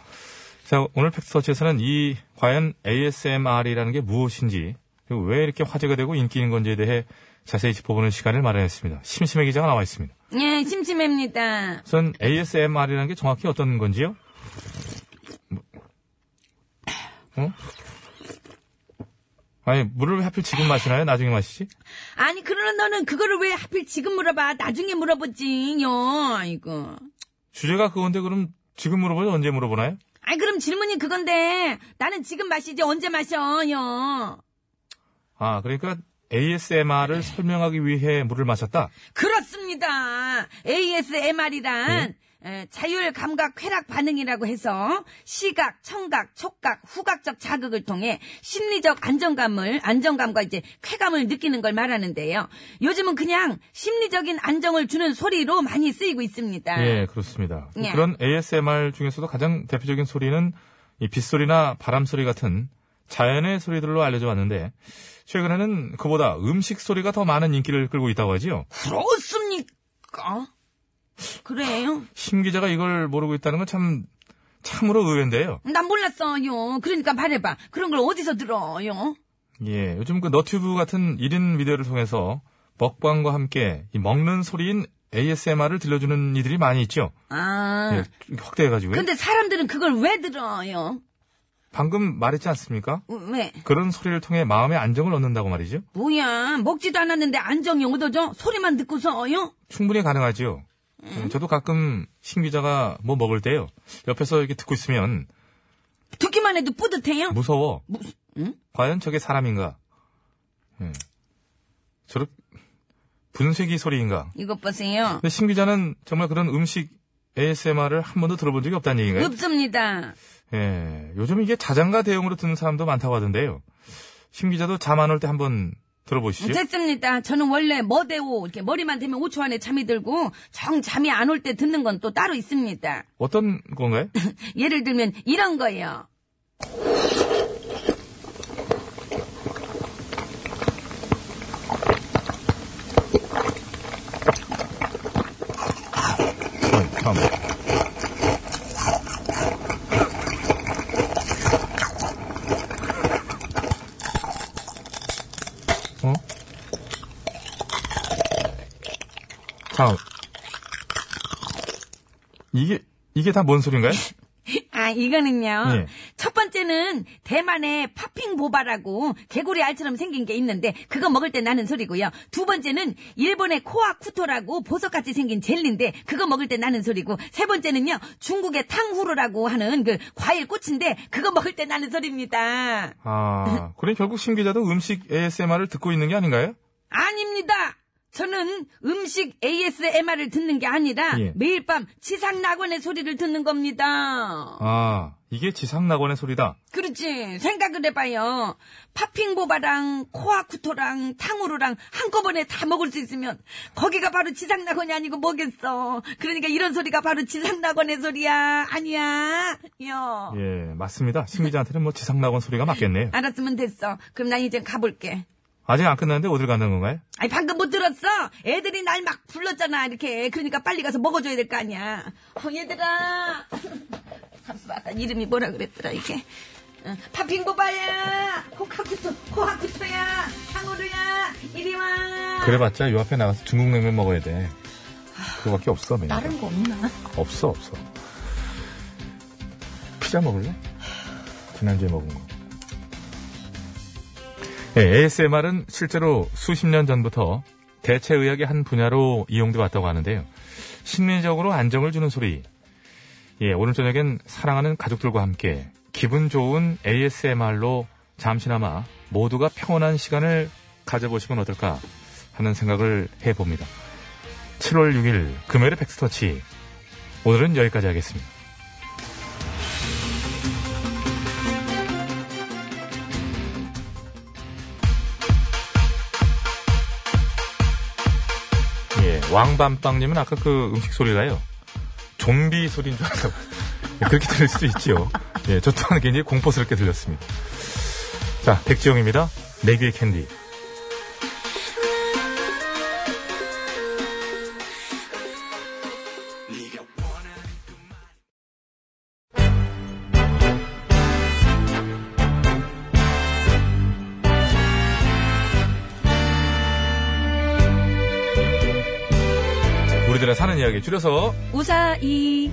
[SPEAKER 1] 자, 오늘 팩트서치에서는 이 과연 ASMR이라는 게 무엇인지 그리고 왜 이렇게 화제가 되고 인기인 건지에 대해 자세히 짚어보는 시간을 마련했습니다. 심심해 기자가 나와 있습니다.
[SPEAKER 2] 예, 심심합니다.
[SPEAKER 1] 우선 ASMR이라는 게 정확히 어떤 건지요? 뭐. 어? 아니 물을 왜 하필 지금 마시나요? 나중에 마시지?
[SPEAKER 2] 아니, 그러는 너는 그거를 왜 하필 지금 물어봐? 나중에 물어보지요, 이거.
[SPEAKER 1] 주제가 그건데 그럼 지금 물어보죠? 언제 물어보나요?
[SPEAKER 2] 아니, 그럼 질문이 그건데, 나는 지금 마시지, 언제 마셔요?
[SPEAKER 1] 아 그러니까 ASMR을 설명하기 위해 물을 마셨다.
[SPEAKER 2] 그렇습니다. ASMR이란 자율 감각 쾌락 반응이라고 해서 시각, 청각, 촉각, 후각적 자극을 통해 심리적 안정감을 안정감과 이제 쾌감을 느끼는 걸 말하는데요. 요즘은 그냥 심리적인 안정을 주는 소리로 많이 쓰이고 있습니다.
[SPEAKER 1] 예 그렇습니다.
[SPEAKER 2] 아. 예.
[SPEAKER 1] 그런 ASMR 중에서도 가장 대표적인 소리는 이 빗소리나 바람소리 같은 자연의 소리들로 알려져 왔는데 최근에는 그보다 음식 소리가 더 많은 인기를 끌고 있다고 하지요.
[SPEAKER 2] 그렇습니까? 그래요?
[SPEAKER 1] 심 기자가 이걸 모르고 있다는 건 참, 참으로 의외인데요.
[SPEAKER 2] 난 몰랐어요. 그러니까 말해봐. 그런 걸 어디서 들어요?
[SPEAKER 1] 예, 요즘 그 너튜브 같은 1인 미디어를 통해서 먹방과 함께 이 먹는 소리인 ASMR을 들려주는 이들이 많이 있죠.
[SPEAKER 2] 아.
[SPEAKER 1] 예, 확대해가지고요.
[SPEAKER 2] 근데 사람들은 그걸 왜 들어요?
[SPEAKER 1] 방금 말했지 않습니까?
[SPEAKER 2] 왜?
[SPEAKER 1] 그런 소리를 통해 마음의 안정을 얻는다고 말이죠.
[SPEAKER 2] 뭐야, 먹지도 않았는데 안정이 얻어져? 소리만 듣고서요?
[SPEAKER 1] 충분히 가능하지요. 음, 저도 가끔 심 기자가 뭐 먹을 때요. 옆에서 이렇게 듣고 있으면
[SPEAKER 2] 듣기만 해도 뿌듯해요?
[SPEAKER 1] 무서워.
[SPEAKER 2] 무슨, 응?
[SPEAKER 1] 과연 저게 사람인가? 예. 저렇 분쇄기 소리인가?
[SPEAKER 2] 이것 보세요.
[SPEAKER 1] 근데 심 기자는 정말 그런 음식 ASMR을 한 번도 들어본 적이 없다는 얘기인가요?
[SPEAKER 2] 없습니다.
[SPEAKER 1] 예. 요즘 이게 자장가 대용으로 듣는 사람도 많다고 하던데요. 심 기자도 잠 안 올 때 한번 들어보시죠.
[SPEAKER 2] 네. 됐습니다. 저는 원래 머대오, 이렇게 머리만 대면 5초 안에 잠이 들고, 정 잠이 안 올 때 듣는 건 또 따로 있습니다.
[SPEAKER 1] 어떤 건가요?
[SPEAKER 2] 예를 들면, 이런 거예요.
[SPEAKER 1] 어, 참. 어? 참. 이게, 이게 다 뭔 소린가요?
[SPEAKER 2] 아, 이거는요.
[SPEAKER 1] 예.
[SPEAKER 2] 첫 번째는 대만의 파핑 보바라고 개구리 알처럼 생긴 게 있는데 그거 먹을 때 나는 소리고요. 두 번째는 일본의 코아 쿠토라고 보석같이 생긴 젤리인데 그거 먹을 때 나는 소리고 세 번째는요. 중국의 탕후루라고 하는 그 과일 꽃인데 그거 먹을 때 나는 소리입니다.
[SPEAKER 1] 아, 그럼 결국 심 기자도 음식 ASMR을 듣고 있는 게 아닌가요?
[SPEAKER 2] 아닙니다. 저는 음식 ASMR을 듣는 게 아니라
[SPEAKER 7] 예.
[SPEAKER 2] 매일 밤 지상 낙원의 소리를 듣는 겁니다.
[SPEAKER 7] 아, 이게 지상낙원의 소리다.
[SPEAKER 2] 그렇지. 생각을 해봐요. 팥핑보바랑 코아쿠토랑 탕후루랑 한꺼번에 다 먹을 수 있으면 거기가 바로 지상낙원이 아니고 뭐겠어. 그러니까 이런 소리가 바로 지상낙원의 소리야. 아니야. 여.
[SPEAKER 7] 예, 맞습니다. 심기자한테는 뭐 지상낙원 소리가 맞겠네요.
[SPEAKER 2] 알았으면 됐어. 그럼 난 이제 가볼게.
[SPEAKER 7] 아직 안 끝났는데 어딜 가는 건가요?
[SPEAKER 2] 아니 방금 못 들었어? 애들이 날 막 불렀잖아 이렇게 그러니까 빨리 가서 먹어줘야 될 거 아니야 어, 얘들아 잠시만 아까 이름이 뭐라 그랬더라 이게 어, 파핑고바야 코카쿠토 코하쿠토야 탕후루야 이리와
[SPEAKER 7] 그래봤자 요 앞에 나가서 중국냉면 먹어야 돼. 그거밖에 없어, 메뉴.
[SPEAKER 2] 다른 거 없나?
[SPEAKER 7] 없어, 없어. 피자 먹을래? 지난주에 먹은 거. 예, ASMR은 실제로 수십 년 전부터 대체 의학의 한 분야로 이용돼 왔다고 하는데요. 심리적으로 안정을 주는 소리. 예, 오늘 저녁엔 사랑하는 가족들과 함께 기분 좋은 ASMR로 잠시나마 모두가 평온한 시간을 가져보시면 어떨까 하는 생각을 해봅니다. 7월 6일 금요일의 백스터치. 오늘은 여기까지 하겠습니다. 예, 왕밤빵님은 아까 그 음식 소리가요. 좀비 소리인 줄 알고 예, 그렇게 들릴 수도 있지요. 예, 저 또한 굉장히 공포스럽게 들렸습니다. 자, 백지영입니다. 내 귀의 네 캔디. 우리들의 사는 이야기 줄여서
[SPEAKER 2] 우사이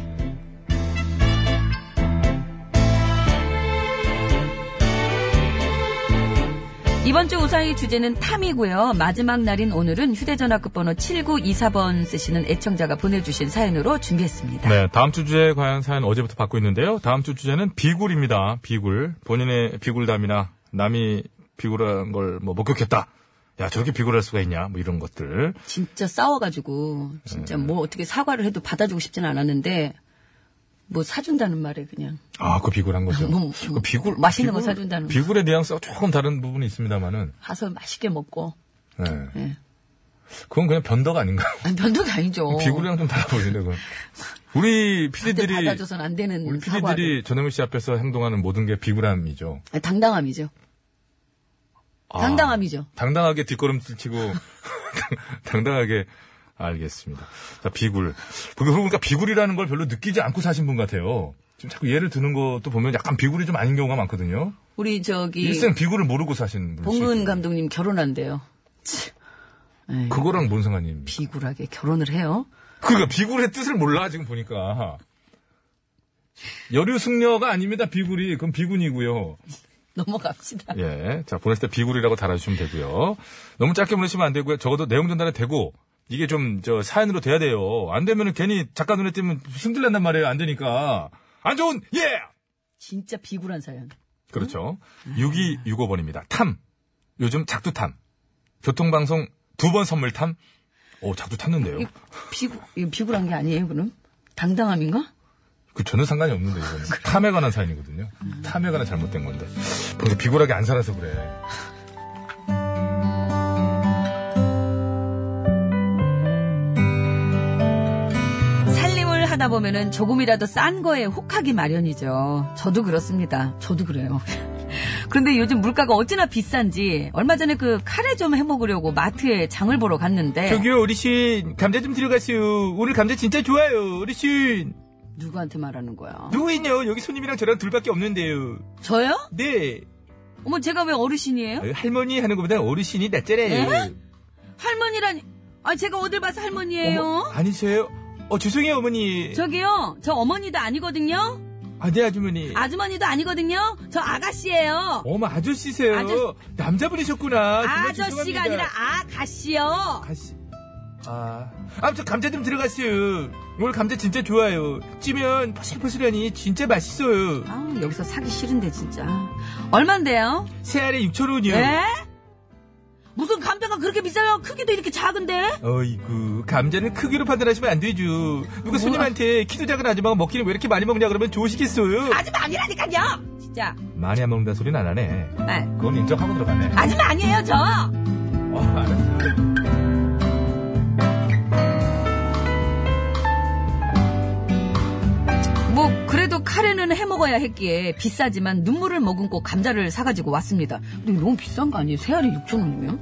[SPEAKER 2] 이번 주 우사의 주제는 탐이고요. 마지막 날인 오늘은 휴대전화 끝번호 7924번 쓰시는 애청자가 보내주신 사연으로 준비했습니다.
[SPEAKER 7] 네, 다음 주 주제 과연 사연 어제부터 받고 있는데요. 다음 주 주제는 비굴입니다. 비굴. 본인의 비굴담이나 남이 비굴한 걸 뭐 목격했다. 야, 저렇게 비굴할 수가 있냐. 뭐 이런 것들.
[SPEAKER 2] 진짜 싸워가지고 진짜
[SPEAKER 7] 음.
[SPEAKER 2] 뭐 어떻게 사과를 해도 받아주고 싶진 않았는데 뭐 사준다는 말에 그냥
[SPEAKER 7] 아, 그 비굴한 거죠.
[SPEAKER 2] 뭐, 뭐,
[SPEAKER 7] 그 비굴.
[SPEAKER 2] 맛있는 거
[SPEAKER 7] 비굴-
[SPEAKER 2] 사준다는 거.
[SPEAKER 7] 비굴의 뉘앙스가 조금 다른 부분이 있습니다만은.
[SPEAKER 2] 가서 맛있게 먹고
[SPEAKER 7] 예.
[SPEAKER 2] 예.
[SPEAKER 7] 그건 그냥 변덕 아닌가.
[SPEAKER 2] 아니, 변덕이 아니죠.
[SPEAKER 7] 비굴이랑 좀 달라 보이네, 그건. 우리
[SPEAKER 2] 절대
[SPEAKER 7] 피디들이,
[SPEAKER 2] 받아줘선 안 되는
[SPEAKER 7] 우리
[SPEAKER 2] 사과를
[SPEAKER 7] 피디들이 전현무 씨 앞에서 행동하는 모든 게 비굴함이죠.
[SPEAKER 2] 아니, 당당함이죠.
[SPEAKER 7] 아.
[SPEAKER 2] 당당함이죠.
[SPEAKER 7] 당당하게 뒷걸음질 치고 <laughs> 당당하게 알겠습니다. 자 비굴. 그러고 보니까 비굴이라는 걸 별로 느끼지 않고 사신 분 같아요. 지금 자꾸 예를 드는 것도 보면 약간 비굴이 좀 아닌 경우가 많거든요.
[SPEAKER 2] 우리 저기
[SPEAKER 7] 일생 비굴을 모르고 사신 분이
[SPEAKER 2] 예. 봉은 감독님 네. 결혼한대요.
[SPEAKER 7] 그거랑 뭔 상관입니까?
[SPEAKER 2] 비굴하게 결혼을 해요. <laughs>
[SPEAKER 7] 그러니까 비굴의 뜻을 몰라 지금 보니까. 여류 숙녀가 아닙니다 비굴이 그럼 비군이고요.
[SPEAKER 2] 넘어갑시다.
[SPEAKER 7] 예. 자, 보냈을 때 비굴이라고 달아주시면 되고요. 너무 짧게 보내시면 안 되고요. 적어도 내용 전달이 되고, 이게 좀, 저, 사연으로 돼야 돼요. 안 되면은 괜히 작가 눈에 띄면 힘들란단 말이에요. 안 되니까. 안 좋은, 예!
[SPEAKER 2] 진짜 비굴한 사연.
[SPEAKER 7] 그렇죠. 6265번입니다. 탐. 요즘 작두탐. 교통방송 두 번 선물탐. 오, 작두 탔는데요.
[SPEAKER 2] 이 비굴 이 비굴한 게 아니에요, 그럼? 당당함인가?
[SPEAKER 7] 그, 전혀 상관이 없는데, 이거는. 탐에 관한 사연이거든요. 탐에 관한 잘못된 건데. 근데 비굴하게 안 살아서 그래.
[SPEAKER 2] 살림을 하다 보면은 조금이라도 싼 거에 혹하기 마련이죠. 저도 그렇습니다. 저도 그래요. <laughs> 그런데 요즘 물가가 어찌나 비싼지 얼마 전에 그 카레 좀 해 먹으려고 마트에 장을 보러 갔는데
[SPEAKER 7] 저기요, 어르신. 감자 좀 들어가세요. 오늘 감자 진짜 좋아요, 어르신.
[SPEAKER 2] 누구한테 말하는 거야?
[SPEAKER 7] 누구인요? 여기 손님이랑 저랑 둘밖에 없는데요.
[SPEAKER 2] 저요?
[SPEAKER 7] 네.
[SPEAKER 2] 어머 제가 왜 어르신이에요?
[SPEAKER 7] 할머니 하는 것보다 어르신이
[SPEAKER 2] 네?
[SPEAKER 7] 낫잖아요.
[SPEAKER 2] 할머니라니. 아 제가 어딜 봐서 할머니예요?
[SPEAKER 7] 아니세요? 어, 죄송해요, 어머니.
[SPEAKER 2] 저기요, 저 어머니도 아니거든요.
[SPEAKER 7] 아, 네, 아주머니.
[SPEAKER 2] 아주머니도 아니거든요. 저 아가씨예요.
[SPEAKER 7] 어머, 아저씨세요.
[SPEAKER 2] 아저-
[SPEAKER 7] 남자분이셨구나. 정말
[SPEAKER 2] 아저씨가
[SPEAKER 7] 죄송합니다.
[SPEAKER 2] 아니라 아가씨요.
[SPEAKER 7] 가시. 아. 아무튼 감자 좀 들어갔어요. 오늘 감자 진짜 좋아요. 찌면 포슬포슬하니 진짜 맛있어요.
[SPEAKER 2] 아 여기서 사기 싫은데 진짜. 얼만데요? 네?
[SPEAKER 7] 세 알에 6천 원이요.
[SPEAKER 2] 예? 무슨 감자가 그렇게 비싸요? 크기도 이렇게 작은데?
[SPEAKER 1] 어이구 감자를 크기로 판단하시면 안 되죠 누가 손님한테 키도 작은 아줌마가 먹기는 왜 이렇게 많이 먹냐 그러면 좋으시겠어요
[SPEAKER 2] 아줌마 아니라니까요! 진짜.
[SPEAKER 1] 많이 안 먹는다는 소리는 안 하네
[SPEAKER 2] 네.
[SPEAKER 1] 그건 인정하고 들어가네
[SPEAKER 2] 아줌마 아니에요, 저!
[SPEAKER 1] 어, 알았어
[SPEAKER 2] 뭐, 그래도 카레는 해 먹어야 했기에 비싸지만 눈물을 머금고 감자를 사가지고 왔습니다. 근데 이거 너무 비싼 거 아니에요? 세 알이 6,000원이면?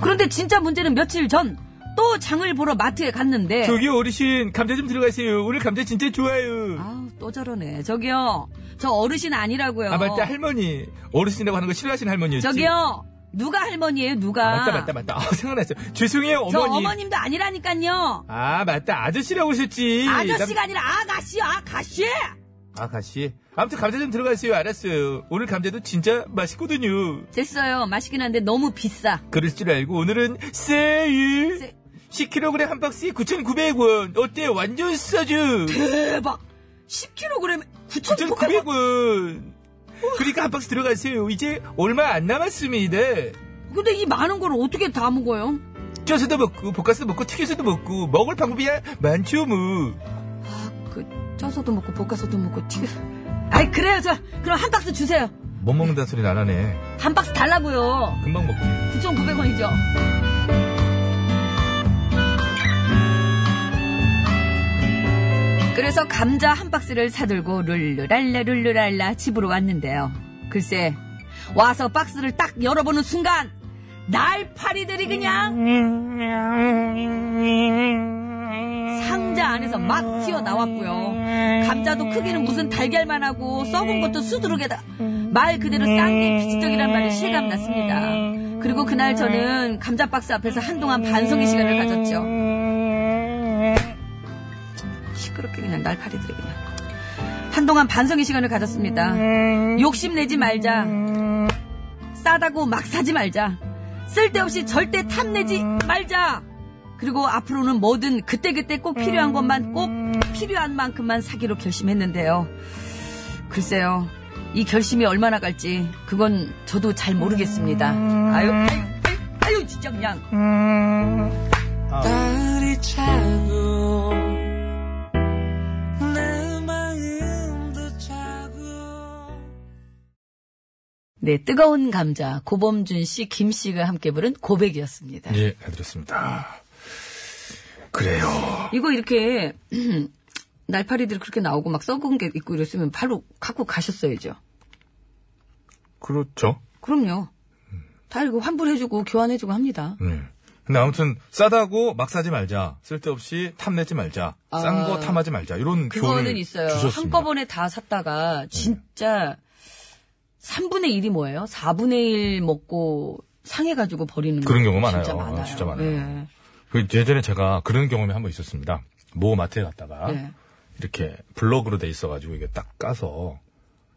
[SPEAKER 2] 그런데 진짜 문제는 며칠 전 또 장을 보러 마트에 갔는데.
[SPEAKER 1] 저기 어르신 감자 좀 들어가세요 오늘 감자 진짜 좋아요
[SPEAKER 2] 아우, 또 저러네. 저기요. 저 어르신 아니라고요.
[SPEAKER 1] 아 맞다 할머니 어르신이라고 하는 거 싫어하시는 할머니였지
[SPEAKER 2] 저기요. 누가 할머니예요? 누가?
[SPEAKER 1] 아, 맞다 맞다 맞다 아, 생각났어요 죄송해요 어머니
[SPEAKER 2] 저 어머님도 아니라니까요.
[SPEAKER 1] 아 맞다 아저씨라고 하셨지
[SPEAKER 2] 아저씨가
[SPEAKER 1] 남-
[SPEAKER 2] 아니라 아가씨요, 아가씨.
[SPEAKER 1] 아가씨 아무튼 감자 좀 들어가세요 알았어요 오늘 감자도 진짜 맛있거든요
[SPEAKER 2] 됐어요. 맛있긴 한데 너무 비싸.
[SPEAKER 1] 그럴 줄 알고 오늘은 세일 10kg 한 박스에 9,900원 어때 완전
[SPEAKER 2] <laughs>
[SPEAKER 1] 싸죠
[SPEAKER 2] 대박 10kg에
[SPEAKER 1] 9,900원 그러니까 한 박스 들어가세요 이제 얼마 안 남았습니다
[SPEAKER 2] 근데 이 많은 걸 어떻게 다 먹어요?
[SPEAKER 1] 쪄서도 먹고 볶아서도 먹고 튀겨서도 먹고 먹을 방법이야 많죠 뭐
[SPEAKER 2] 아, 그 쪄서도 먹고 볶아서도 먹고 튀겨. 아이 그래요. 저 그럼 한 박스 주세요.
[SPEAKER 7] 못 먹는다는 소리는 안 하네.
[SPEAKER 2] 한 박스 달라고요.
[SPEAKER 1] 금방 먹고.
[SPEAKER 2] 9,900원이죠. 그래서 감자 한 박스를 사들고 룰루랄라 룰루랄라 집으로 왔는데요. 글쎄 와서 박스를 딱 열어보는 순간 날파리들이 그냥 상자 안에서 막 튀어나왔고요. 감자도 크기는 무슨 달걀만 하고 썩은 것도 수두룩에다 말 그대로 쌍게 비지떡이란 말이 실감났습니다. 그리고 그날 저는 감자 박스 앞에서 한동안 반성의 시간을 가졌죠. 시끄럽게 그냥 날파리들이 그냥 한동안 반성의 시간을 가졌습니다. 욕심내지 말자. 싸다고 막 사지 말자. 쓸데없이 절대 탐내지 말자. 그리고 앞으로는 뭐든 그때그때 꼭 필요한 것만 꼭 필요한 만큼만 사기로 결심했는데요. 글쎄요. 이 결심이 얼마나 갈지 그건 저도 잘 모르겠습니다. 아유, 아유, 아유, 아유 진짜 그냥.
[SPEAKER 5] 날이 차고 내 마음도 차고
[SPEAKER 2] 네, 뜨거운 감자 고범준 씨, 김 씨가 함께 부른 고백이었습니다.
[SPEAKER 7] 예, 해드렸습니다. 그래요.
[SPEAKER 2] 이거 이렇게 <clears throat> 날파리들 그렇게 나오고 막 썩은 게 있고 이랬으면 바로 갖고 가셨어야죠.
[SPEAKER 7] 그렇죠.
[SPEAKER 2] 그럼요. 다 이거 환불해주고 교환해주고 합니다.
[SPEAKER 7] 네. 근데 아무튼 싸다고 막 사지 말자. 쓸데없이 탐내지 말자. 싼
[SPEAKER 2] 아.
[SPEAKER 7] 거 탐하지 말자. 이런
[SPEAKER 2] 그거는
[SPEAKER 7] 교훈을
[SPEAKER 2] 있어요.
[SPEAKER 7] 주셨습니다.
[SPEAKER 2] 한꺼번에 다 샀다가 진짜 3분의 1이 뭐예요? 4분의 1 먹고 상해가지고 버리는
[SPEAKER 7] 그런
[SPEAKER 2] 거
[SPEAKER 7] 경우 많아요. 어,
[SPEAKER 2] 진짜 많아요.
[SPEAKER 7] 진짜 많아요.
[SPEAKER 2] 네.
[SPEAKER 7] 그 예전에 제가 그런 경험이 한 번 있었습니다. 모 마트에 갔다가
[SPEAKER 2] 네.
[SPEAKER 7] 이렇게 블럭으로 돼 있어가지고 이게 딱 까서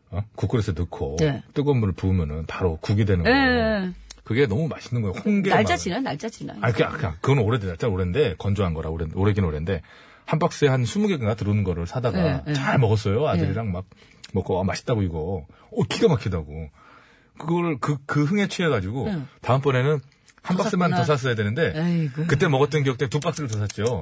[SPEAKER 7] 어? 국그릇에 넣고
[SPEAKER 2] 네.
[SPEAKER 7] 뜨거운 물을 부으면은 바로 국이 되는 거예요.
[SPEAKER 2] 네.
[SPEAKER 7] 그게 너무 맛있는 거예요. 홍게
[SPEAKER 2] 날짜
[SPEAKER 7] 막-
[SPEAKER 2] 지나 날짜 지나.
[SPEAKER 7] 아, 그, 그, 그건 오래돼, 날짜 오래인데, 건조한 거라, 오래, 오래긴 오래인데, 한 박스에 한 20개가 들어오는 거를 사다가
[SPEAKER 2] 네, 네.
[SPEAKER 7] 잘 먹었어요. 아들이랑 막 먹고, 아, 맛있다고 이거. 오, 기가 막히다고. 그걸, 그, 그 흥에 취해가지고,
[SPEAKER 2] 응.
[SPEAKER 7] 다음번에는 한
[SPEAKER 2] 예. 더
[SPEAKER 7] 박스만
[SPEAKER 2] 샀구나.
[SPEAKER 7] 더 샀어야 되는데,
[SPEAKER 2] 에이그.
[SPEAKER 7] 그때 먹었던 기억 때문에 두 박스를 더 샀죠.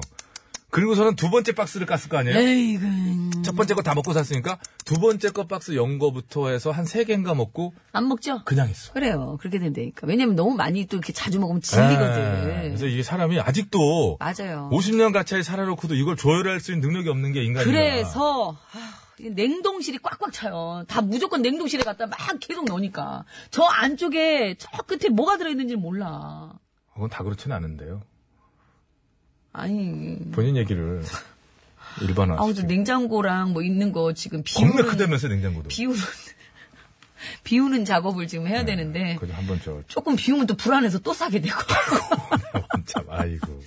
[SPEAKER 7] 그리고서는 두 번째 박스를 깠을 거 아니에요?
[SPEAKER 2] 에이그.
[SPEAKER 7] 첫 번째 거 다 먹고 샀으니까, 두 번째 거 박스 연 거부터 해서 한 세 개인가 먹고,
[SPEAKER 2] 안 먹죠?
[SPEAKER 7] 그냥 했어.
[SPEAKER 2] 그래요. 그렇게 된다니까. 왜냐면 너무 많이 또 이렇게 자주 먹으면
[SPEAKER 7] 예.
[SPEAKER 2] 질리거든.
[SPEAKER 7] 그래서 이게 사람이 아직도,
[SPEAKER 2] 맞아요.
[SPEAKER 7] 50년 가차에 살아놓고도 이걸 조율할 수 있는 능력이 없는 게 인간이야.
[SPEAKER 2] 그래서 아휴, 이 냉동실이 꽉꽉 차요. 다 무조건 냉동실에 갖다 막 계속 넣으니까 저 안쪽에 저 끝에 뭐가 들어있는지 몰라.
[SPEAKER 7] 그건 다 그렇진 않은데요.
[SPEAKER 2] 아니,
[SPEAKER 7] 본인 얘기를 일반화.
[SPEAKER 2] 아우 저 냉장고랑 뭐 있는 거 지금
[SPEAKER 7] 겁나
[SPEAKER 2] 비우는
[SPEAKER 7] 크다면서 냉장고도.
[SPEAKER 2] 비우는 <laughs> 비우는 작업을 지금 해야 되는데
[SPEAKER 7] 네. 그래서 한번 저
[SPEAKER 2] 조금 비우면 또 불안해서 또 싸게
[SPEAKER 7] <laughs>
[SPEAKER 2] 되고
[SPEAKER 7] 참 아이고.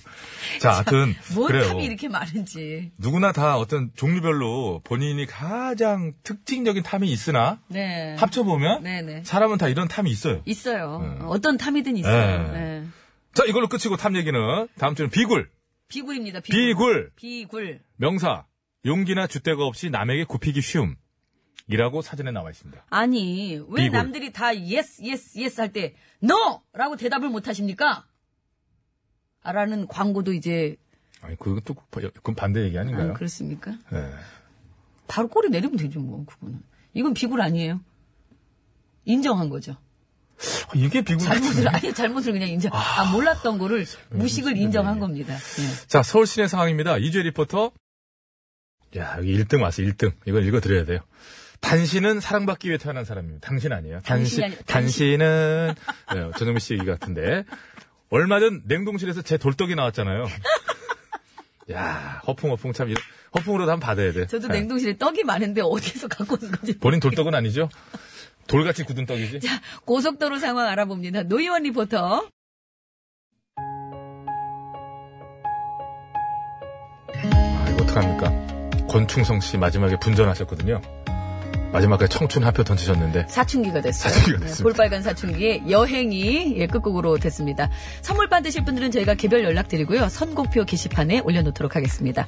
[SPEAKER 7] 자, 하여튼
[SPEAKER 2] 뭔
[SPEAKER 7] 그래요.
[SPEAKER 2] 탑이 이렇게 많은지.
[SPEAKER 7] 누구나 다 어떤 종류별로 본인이 가장 특징적인 탐이 있으나
[SPEAKER 2] 네.
[SPEAKER 7] 합쳐 보면
[SPEAKER 2] 네네.
[SPEAKER 7] 사람은 다 이런 탐이 있어요.
[SPEAKER 2] 있어요. 어떤 탐이든 있어요.
[SPEAKER 7] 네.
[SPEAKER 2] 네.
[SPEAKER 7] 자, 이걸로 끝이고 탐 얘기는 다음 주는 비굴.
[SPEAKER 2] 비굴입니다. 비굴.
[SPEAKER 7] 비굴.
[SPEAKER 2] 비굴.
[SPEAKER 7] 명사 용기나 주대가 없이 남에게 굽히기 쉬움 이라고 사전에 나와 있습니다.
[SPEAKER 2] 아니, 왜
[SPEAKER 7] 비굴.
[SPEAKER 2] 남들이 다 yes, yes, yes 할 때, no! 라고 대답을 못 하십니까? 아, 라는 광고도 이제,
[SPEAKER 7] 아니, 그것도 그건 반대 얘기 아닌가요?
[SPEAKER 2] 아, 그렇습니까?
[SPEAKER 7] 예.
[SPEAKER 2] 바로 꼬리 내리면 되죠, 뭐, 그거는. 이건 비굴 아니에요. 인정한 거죠.
[SPEAKER 7] 아, 이게 비굴
[SPEAKER 2] 잘못을, 아니, 잘못을 그냥 인정, 아, 네, 몰랐던 거를, 무식을 인정한 겁니다. 예.
[SPEAKER 7] 자, 서울 시내 상황입니다. 이주혜 리포터. 야, 여기 1등 왔어, 1등. 이걸 읽어드려야 돼요. 당신은 사랑받기 위해 태어난 사람입니다. 당신 아니에요.
[SPEAKER 2] 당신이 아니-
[SPEAKER 7] 당신은, 네, 전영미 씨 얘기 같은데. 얼마 전 냉동실에서 제 돌떡이 나왔잖아요. 야, 허풍, 허풍 참, 이런- 허풍으로도 한번 받아야 돼.
[SPEAKER 2] 저도
[SPEAKER 7] 네.
[SPEAKER 2] 냉동실에 떡이 많은데 어디에서 갖고 온 건지.
[SPEAKER 7] 본인 돌떡은 아니죠? 돌같이 굳은 떡이지?
[SPEAKER 2] 고속도로 상황 알아봅니다. 노희원 리포터.
[SPEAKER 7] 아, 이거 어떡합니까? 권충성 씨 마지막에 분전하셨거든요. 마지막에 청춘 하표 던지셨는데.
[SPEAKER 2] 사춘기가 됐어요. 네,
[SPEAKER 7] 사춘기가 됐습니다.
[SPEAKER 2] 볼빨간 사춘기의 여행이 예, 끝곡으로 됐습니다. 선물 받으실 분들은 저희가 개별 연락드리고요. 선곡표 게시판에 올려놓도록 하겠습니다.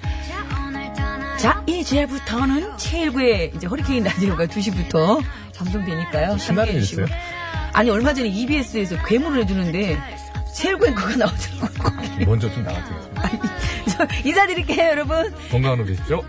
[SPEAKER 2] 자, 이제부터는 최일구의 이제 허리케인 라디오가 2시부터 방송되니까요.
[SPEAKER 7] 신나는
[SPEAKER 2] 함께해 주시고.
[SPEAKER 7] 일이세요?
[SPEAKER 2] 아니, 얼마 전에 EBS에서 괴물을 해주는데 최일구의 거가 나오더라고요. <laughs>
[SPEAKER 7] 먼저 좀 나가세요.
[SPEAKER 2] 저 인사드릴게요, 여러분.
[SPEAKER 7] 건강으로 계십시오.